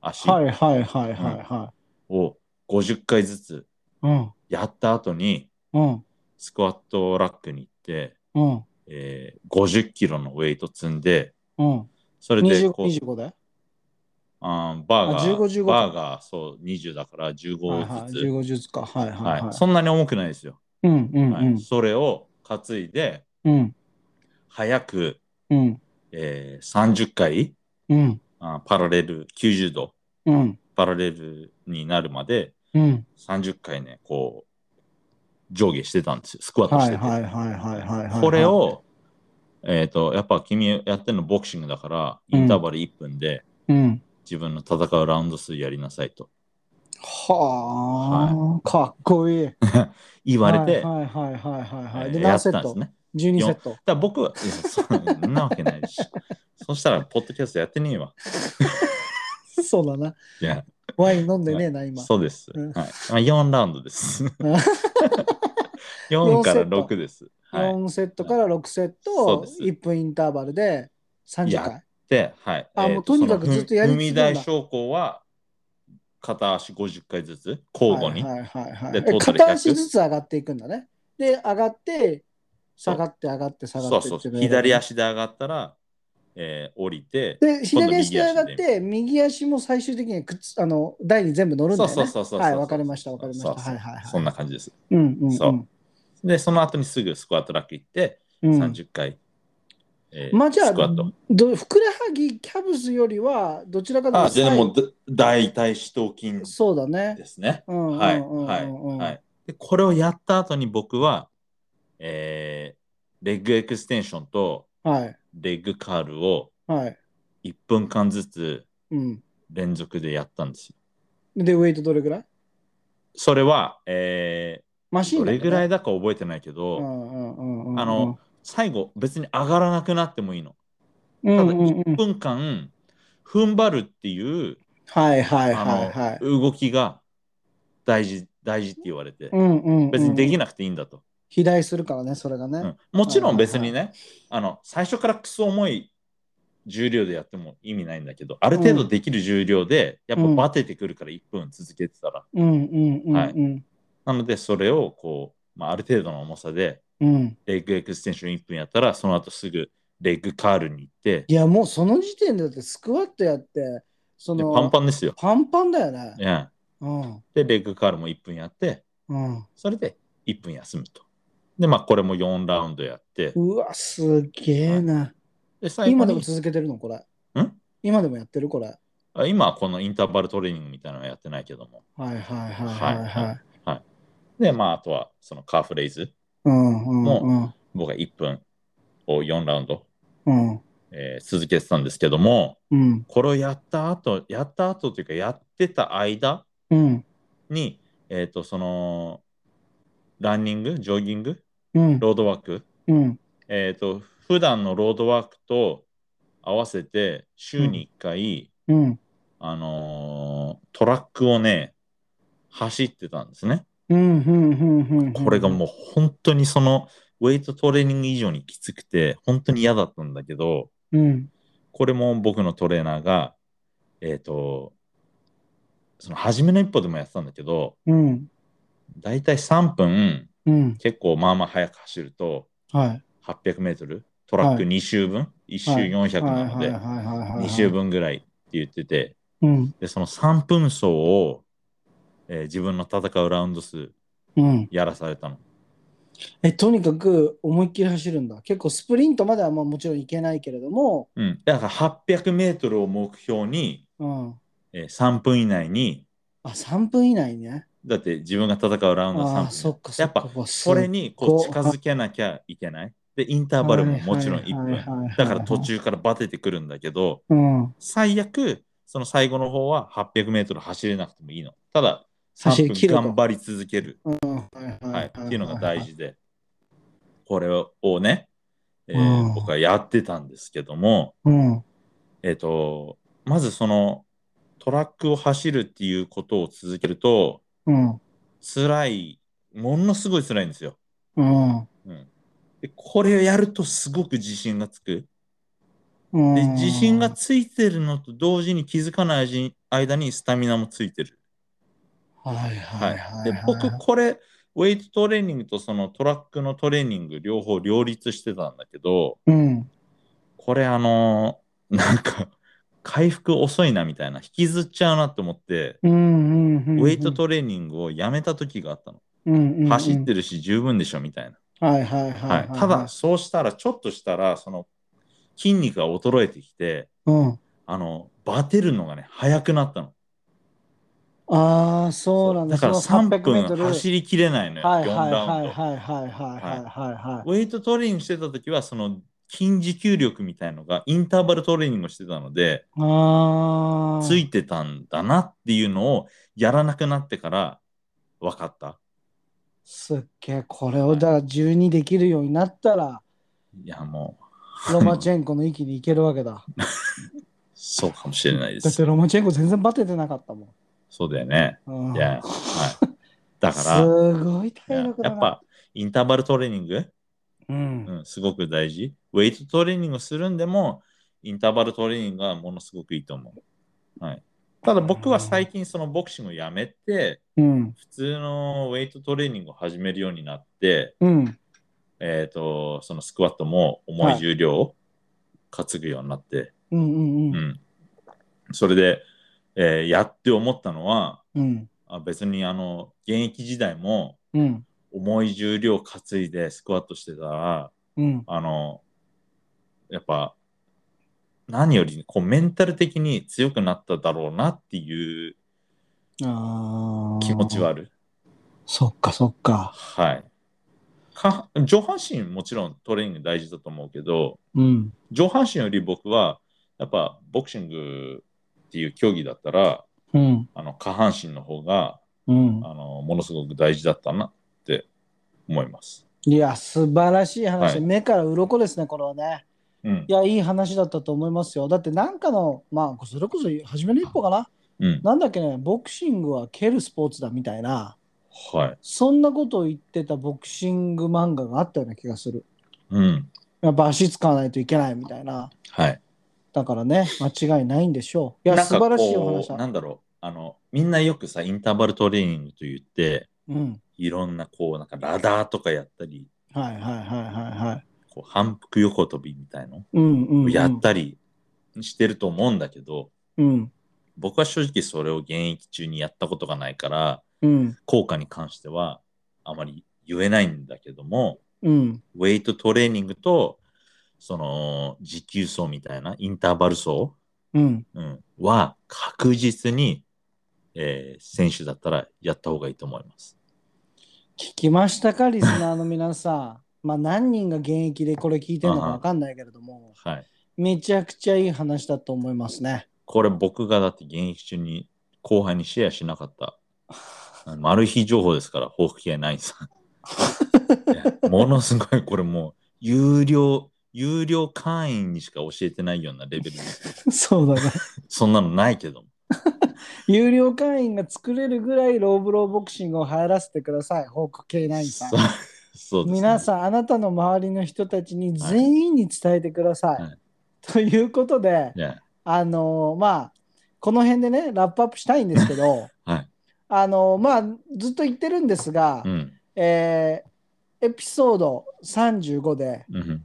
Speaker 2: 足
Speaker 1: はいはいはいはいは
Speaker 2: を50回ずつ
Speaker 1: い。うん。
Speaker 2: やった後に
Speaker 1: うん。
Speaker 2: スクワットラックに行って、
Speaker 1: うん。
Speaker 2: えー50キロのウェイト積んで
Speaker 1: うん。
Speaker 2: それで
Speaker 1: 25
Speaker 2: こう
Speaker 1: で
Speaker 2: あーバーが
Speaker 1: あ15 15か
Speaker 2: バーがそう20だから
Speaker 1: はいは
Speaker 2: 15
Speaker 1: い。
Speaker 2: ずつ、
Speaker 1: 15術か。はいはい
Speaker 2: は、
Speaker 1: はい
Speaker 2: そんなに重くないですよ、
Speaker 1: い。うんうん
Speaker 2: はいそれを担いで
Speaker 1: うん。うん
Speaker 2: 早く、
Speaker 1: うん
Speaker 2: えー30回
Speaker 1: うん
Speaker 2: あパラレル90度
Speaker 1: うん
Speaker 2: パラレルになるまで
Speaker 1: うん。
Speaker 2: 30回ねこう上下してたんですよスクワット
Speaker 1: は
Speaker 2: して
Speaker 1: い
Speaker 2: て、
Speaker 1: はいはいはいはいはい。
Speaker 2: これをえっ、とやっぱ君やってるのボクシングだからインターバル1分で
Speaker 1: うん。
Speaker 2: 自分の戦うラウンド数やりなさいと
Speaker 1: はあ、かっこいい。
Speaker 2: 言われて、
Speaker 1: はいはいはいはいはい。
Speaker 2: え
Speaker 1: で、
Speaker 2: ーや
Speaker 1: 何
Speaker 2: っ
Speaker 1: セ
Speaker 2: てた
Speaker 1: ッ
Speaker 2: んです
Speaker 1: ト
Speaker 2: ね
Speaker 1: ?12 セット。
Speaker 2: だから僕は、いやそそんなわけない
Speaker 1: <laughs>
Speaker 2: し。そしたら、ポッドキャストやってねえわ。
Speaker 1: そうだな。
Speaker 2: いや、
Speaker 1: ワイン飲んでねえな、今。
Speaker 2: そうです。
Speaker 1: うん
Speaker 2: はい。まあ、4ラウン
Speaker 1: <laughs>
Speaker 2: ドです。4から6です。はい。
Speaker 1: 4セットから6セッ
Speaker 2: そう
Speaker 1: ト
Speaker 2: で、す
Speaker 1: 1分インターバルで
Speaker 2: い
Speaker 1: 30
Speaker 2: や
Speaker 1: 回。
Speaker 2: で、はい。
Speaker 1: あ
Speaker 2: えー
Speaker 1: もうとにかくずっとやり続ける
Speaker 2: そ
Speaker 1: ん
Speaker 2: の
Speaker 1: だ
Speaker 2: 踏み台昇降は、片足50回ずつ、交互に。
Speaker 1: はいはいはい
Speaker 2: で
Speaker 1: はいえ
Speaker 2: トータル100
Speaker 1: 片足ずつ上がっていくんだね。で、上がって、
Speaker 2: そう
Speaker 1: 下がって、上がって、下が
Speaker 2: そ
Speaker 1: っ
Speaker 2: う
Speaker 1: て
Speaker 2: そう
Speaker 1: って
Speaker 2: そ
Speaker 1: い
Speaker 2: う。
Speaker 1: のを
Speaker 2: 左。足で上がったら、えー降りて、
Speaker 1: で、左足で上がっ
Speaker 2: 今度
Speaker 1: て、右足も最終的にくっつあの台に全部乗るんだ
Speaker 2: そう
Speaker 1: よね。
Speaker 2: そうそうそう。
Speaker 1: はい、わかりました、わかりました。
Speaker 2: そうそ
Speaker 1: は
Speaker 2: う
Speaker 1: いはいは
Speaker 2: そん
Speaker 1: い。
Speaker 2: な感じです。
Speaker 1: うんうん
Speaker 2: そ
Speaker 1: うん
Speaker 2: で、その後にすぐスクワットラック行って、
Speaker 1: うん。
Speaker 2: 30回、えー
Speaker 1: まあじゃあ、
Speaker 2: スクワット。
Speaker 1: どふくらはぎキャブスよりはどちらかという
Speaker 2: あ、
Speaker 1: と
Speaker 2: で
Speaker 1: 左
Speaker 2: も、だ大腿四頭筋
Speaker 1: そうだね
Speaker 2: で。すね。
Speaker 1: うんうん
Speaker 2: はい、
Speaker 1: うんうん
Speaker 2: はい、
Speaker 1: うん
Speaker 2: はい。で、これをやった後に僕は、えーレッグエクステンションと
Speaker 1: はい
Speaker 2: レッグカールを
Speaker 1: はい。
Speaker 2: 1分間ずつ
Speaker 1: うん。
Speaker 2: 連続でやったんですよ。
Speaker 1: で、ウェイトどれぐらい
Speaker 2: それは、え
Speaker 1: マ
Speaker 2: ー
Speaker 1: シン
Speaker 2: ど
Speaker 1: だ
Speaker 2: れぐらい
Speaker 1: い
Speaker 2: だか覚えてないけど、
Speaker 1: あ
Speaker 2: あの、、最後、別に上がらなくなってもいいの。
Speaker 1: う
Speaker 2: た
Speaker 1: ん
Speaker 2: だ、
Speaker 1: うんうん
Speaker 2: 1分間、踏ん張るっていう、
Speaker 1: はいはい
Speaker 2: あ
Speaker 1: はい
Speaker 2: の
Speaker 1: はい。
Speaker 2: 動きが大事、大事って言われて、
Speaker 1: うんうんうん
Speaker 2: 別にでき
Speaker 1: ない。
Speaker 2: なくていいんだと。
Speaker 1: 肥大するからね、それがね。
Speaker 2: うんもちろん別にね、あの最初からクソ重い重量でやっても意味ないんだけど、ある程度できる重量で、やっぱバテてくるから1分続けてたら、
Speaker 1: うんうんうん
Speaker 2: はい
Speaker 1: うん
Speaker 2: なのでそれをこう、まあ、ある程度の重さで、
Speaker 1: うん
Speaker 2: レッグエクステンション1分やったら、その後すぐレッグカールに行って、
Speaker 1: いやもうその時点でだってスクワットやってそ
Speaker 2: で
Speaker 1: の
Speaker 2: パンパンですよ。
Speaker 1: パンパンだよね
Speaker 2: うん
Speaker 1: うん
Speaker 2: で、レッグカールも1分やって、
Speaker 1: うん
Speaker 2: それで1分休むと。で、まあ、これも4ラウンドやって、
Speaker 1: うわすげえな
Speaker 2: で最後
Speaker 1: 今でも
Speaker 2: に
Speaker 1: 続けてるのこれ
Speaker 2: ん
Speaker 1: 今でもやってるこれ
Speaker 2: あ今はこのインターバルトレーニングみたいなのはやってないけども。
Speaker 1: はいはいはいはい
Speaker 2: はい
Speaker 1: は
Speaker 2: はいで、まあ、あとはそのカーフレイズ、
Speaker 1: うんうんうん
Speaker 2: 僕は1分を4ラウンド、
Speaker 1: うん
Speaker 2: えー続けてたんですけども、
Speaker 1: うん
Speaker 2: これをやった後、やった後というか、やってた間
Speaker 1: うん
Speaker 2: に、えっ、と、その、ランニング、ジョギング、
Speaker 1: うん
Speaker 2: ロードワーク、
Speaker 1: うん
Speaker 2: えっ、と、普段のロードワークと合わせて、週に1回、
Speaker 1: うん
Speaker 2: あのートラックをね、走ってたんですね。
Speaker 1: うんうんうんうん
Speaker 2: これがもう本当にその、ウェイトトレーニング以上にきつくて、本当に嫌だったんだけど、
Speaker 1: うん
Speaker 2: これも僕のトレーナーが、えっ、と、その初めの一歩でもやってたんだけど、
Speaker 1: うん
Speaker 2: だいたい3分、
Speaker 1: うん
Speaker 2: 結構まあまあ速く走ると、
Speaker 1: はい
Speaker 2: 800メートル、トラック2周分、1周400
Speaker 1: は
Speaker 2: ないの
Speaker 1: はい
Speaker 2: で
Speaker 1: は、いはいはい
Speaker 2: 2周分ぐらいって言ってて、
Speaker 1: うん
Speaker 2: で、その3分走を、えー自分の戦うラウンド数
Speaker 1: うん
Speaker 2: やらされたの。
Speaker 1: えとにかく思いっきり走るんだ結構スプリントまではまあもちろんいけないけれども
Speaker 2: うん。だから800メートルを目標に、
Speaker 1: うん
Speaker 2: えー3分以内に、
Speaker 1: あ3分以内ね
Speaker 2: だって自分が戦うラウンド3分。
Speaker 1: あーそっかそ
Speaker 2: や
Speaker 1: っ
Speaker 2: っ
Speaker 1: か
Speaker 2: ぱ、
Speaker 1: うわ
Speaker 2: それにこう
Speaker 1: すっ
Speaker 2: 近
Speaker 1: ごい
Speaker 2: づけなきゃいけない。で、インターバルももちろん1
Speaker 1: はいはいはいは
Speaker 2: 分。
Speaker 1: いはい
Speaker 2: だから途中からバテてくるんだけど、
Speaker 1: うん
Speaker 2: 最悪、その最後の方は800メートル走れなくてもいいの。ただ、
Speaker 1: 走り
Speaker 2: 3
Speaker 1: 切る
Speaker 2: 分
Speaker 1: と
Speaker 2: 頑張り続ける。
Speaker 1: うんはいは
Speaker 2: はい、っていうのが大
Speaker 1: は
Speaker 2: 事で、これをね、えー
Speaker 1: うん
Speaker 2: 僕はやってたんですけども、
Speaker 1: いうん
Speaker 2: えっ、と、まずそのトラックを走るっていうことを続けると、
Speaker 1: うん
Speaker 2: 辛い、ものすごい辛いんですよ。
Speaker 1: うん
Speaker 2: うん、でこれをやるとすごく自信がつく。
Speaker 1: うん
Speaker 2: で、自信がついてるのと同時に気づかない間に間にスタミナもついてる。
Speaker 1: はいは
Speaker 2: はいい
Speaker 1: はい
Speaker 2: で僕これウェイトトレーニングとそのトラックのトレーニング両方両立してたんだけど
Speaker 1: うん
Speaker 2: これあのーなんか回復遅いなみたいな引きずっちゃうなと思って、
Speaker 1: うんうんうんうん
Speaker 2: ウェイトトレーニングをやめた時があったの、
Speaker 1: うんうんうん
Speaker 2: 走ってるし十分でしょみたいな、
Speaker 1: はいはいはい
Speaker 2: は
Speaker 1: はいいはい
Speaker 2: ただそうしたらちょっとしたらその筋肉が衰えてきて
Speaker 1: うん
Speaker 2: あのバテるのがね早くなったの
Speaker 1: ああそうなんだ
Speaker 2: だから
Speaker 1: その
Speaker 2: 3
Speaker 1: 800m
Speaker 2: 分走りきれないのよ、
Speaker 1: はい
Speaker 2: 4
Speaker 1: はい
Speaker 2: ラウンド、
Speaker 1: はいはいはいはいはいはい
Speaker 2: ウェイトトレーニングしてた時はその筋持久力みたいのがインターバルトレーニングをしてたので
Speaker 1: ああ
Speaker 2: ついてたんだなっていうのをやらなくなってから分かった。
Speaker 1: すっげえこれをだから12できるようになったら
Speaker 2: いやもう
Speaker 1: ロマチェンコの域に行けるわけだ。
Speaker 2: そうかもしれないで
Speaker 1: だっ
Speaker 2: す
Speaker 1: て。ロマチェンコ全然バテてなかったも
Speaker 2: そうだよね。
Speaker 1: ん。うん
Speaker 2: いや、はい。だか
Speaker 1: すごい
Speaker 2: ら、
Speaker 1: 体力
Speaker 2: いや
Speaker 1: だ
Speaker 2: やっ
Speaker 1: な。
Speaker 2: ぱインターバルトレーニング、
Speaker 1: うん。
Speaker 2: うん、すごく大事。ウェイトトレーニングをするんでもインターバルトレーニングがものすごくいいと思う。はい、ただ僕は最近そのボクシングをやめて、
Speaker 1: うん。
Speaker 2: 普通のウェイトトレーニングを始めるようになって、
Speaker 1: うん。
Speaker 2: えっ、と、そのスクワットも重い重量を担ぐようになって、
Speaker 1: うんうん
Speaker 2: う
Speaker 1: うん。
Speaker 2: ん。それで、えーやって思ったのは、
Speaker 1: うん。
Speaker 2: あ別にあの、現役時代も
Speaker 1: うん。
Speaker 2: 重い重量担いでスクワットしてたら、
Speaker 1: うん。
Speaker 2: あの、やっぱ、何よりこうメンタル的に強くなっただろうなっていう
Speaker 1: ああ。
Speaker 2: 気持ちは。ある。
Speaker 1: そっかそっか。
Speaker 2: はい。か上半身もちろんトレーニング大事だと思うけど、
Speaker 1: うん。
Speaker 2: 上半身より僕は、やっぱボクシングっていう競技だったら、
Speaker 1: うん。
Speaker 2: あの下半身の方が
Speaker 1: うん。
Speaker 2: あのものすごく大事だったなって思います。
Speaker 1: いや、素晴らしい話。
Speaker 2: はい
Speaker 1: 目から鱗ですね、これはね。
Speaker 2: うん
Speaker 1: い。や、いい話だったと思いますよ。だってなんかの、まあ、それこそ初めの一歩かな。
Speaker 2: うん。
Speaker 1: なんだっけね、ボクシングは蹴るスポーツだみたいな。
Speaker 2: はい。
Speaker 1: そんなことを言ってたボクシング漫画があったような気がする。
Speaker 2: うん。
Speaker 1: やっぱ足使わないといけないみたいな。
Speaker 2: はい。
Speaker 1: だからね、間違いないんでしょう。いや、
Speaker 2: なん
Speaker 1: 素
Speaker 2: か
Speaker 1: 晴らしいお
Speaker 2: こ
Speaker 1: 話
Speaker 2: う、
Speaker 1: だ。
Speaker 2: なんだろう、あの、みんなよくさ、インターバルトレーニングと言って、
Speaker 1: うん。
Speaker 2: いろんなこう、なんかラダーとかやったり、
Speaker 1: はいはいはいはいはい。
Speaker 2: こう反復横跳びみたいの
Speaker 1: うんうん、うん。
Speaker 2: やっ。たりしてると思うんだけど、
Speaker 1: うん。
Speaker 2: 僕は正直それを現役中にやったことがないから、
Speaker 1: うん。
Speaker 2: 効果に関してはあまり言えないんだけども、
Speaker 1: うん。
Speaker 2: ウェイトトレーニングと、その、持久走みたいな、インターバル走、
Speaker 1: うん。
Speaker 2: うん、は確実に、えー選手だったらやった方がいいと思います。
Speaker 1: 聞きましたか、リスナーの皆
Speaker 2: <laughs>
Speaker 1: さん。まあ、何人が現役でこれ聞いてるのかわかんないけれども、
Speaker 2: はい。
Speaker 1: めちゃくちゃいい話だと思いますね。
Speaker 2: これ僕がだって現役中に後輩にシェアしなかった、あのマル秘情報ですから、報復系ないさんいやものすごい、これもう、有料、有料会員にしか教えてないようなレベルで、
Speaker 1: そうだね。
Speaker 2: <laughs> そんなのないけども。
Speaker 1: 有料会員が作れるぐらいローブローボクシングを流行らせてください、ホーク K9 さん
Speaker 2: そ。うそうですね
Speaker 1: 皆さん、あなたの周りの人たちに全員に伝えてください。
Speaker 2: はい
Speaker 1: ということで、
Speaker 2: ね
Speaker 1: あのーまあ、この辺でね、ラップアップしたいんですけど、
Speaker 2: <laughs> はい
Speaker 1: あのーまあ、ずっと言ってるんですが、
Speaker 2: うん。
Speaker 1: えーエピソード35で
Speaker 2: うん。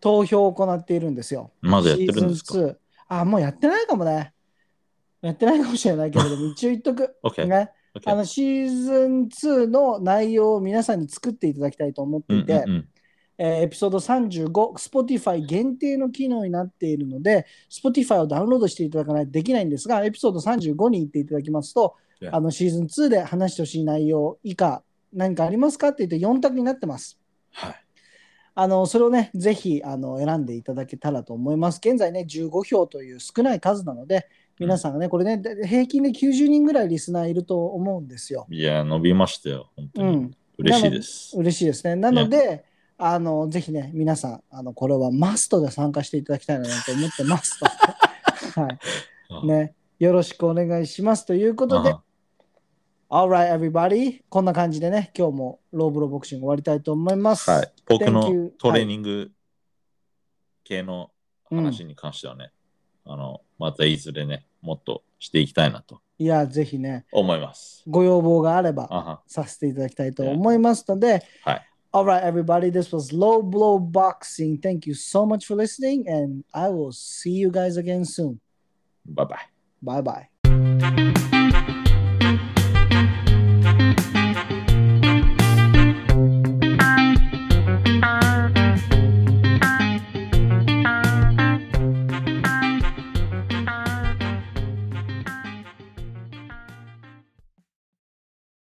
Speaker 1: 投票を行っているんですよ。
Speaker 2: まだやってるんです
Speaker 1: シ
Speaker 2: か
Speaker 1: ーズン2。あ、もうやってないかもね。やってないかもしれないけれど
Speaker 2: <laughs>
Speaker 1: も、一応言っとく。
Speaker 2: ?OK。
Speaker 1: ね、
Speaker 2: OK
Speaker 1: あのシーズン2の内容を皆さんに作っていただきたいと思っ
Speaker 2: う
Speaker 1: て
Speaker 2: ん
Speaker 1: いて、
Speaker 2: うんうん
Speaker 1: えーエピソード35、Spotify 限定の機能になっているので、Spotify をダウンロードしていただかないとできないんですが、エピソード35に行っていただきますと、
Speaker 2: Yeah.
Speaker 1: あのシーズン2で話してほしい内容以下、何かありますかって言って4択になってます。
Speaker 2: はい。
Speaker 1: あのそれをね、ぜひあの選んでいただけたらと思います。現在ね、15票という少ない数なので、皆さんがね、これね、で平均で90人ぐらいリスナーいると思うんですよ。
Speaker 2: いや、伸びましたよ。本当
Speaker 1: う
Speaker 2: に。
Speaker 1: ん、
Speaker 2: 嬉しいです。
Speaker 1: 嬉しいですね。なので、あのぜひね、皆さん、あのこれはマストで参加していただきたいなと思って
Speaker 2: <laughs>
Speaker 1: ますと。はいね、よろしくお願いしますということで、Alright, everybody! こんな感じでね、今日もローブローボクシング終わりたいと思います。
Speaker 2: はい、僕
Speaker 1: Thank you
Speaker 2: のトレーニング系の話に関してはね、あのまたいずれね、もっとしていきたいなと
Speaker 1: いや、ぜひね、
Speaker 2: 思います。
Speaker 1: ご要望があれば
Speaker 2: あは
Speaker 1: させていただきたいと思いますので、
Speaker 2: はい、
Speaker 1: Alright, everybody, this was Low Blow Boxing. Thank you so much for listening, and I will see you guys again soon.
Speaker 2: バイバイ。
Speaker 1: Bye bye.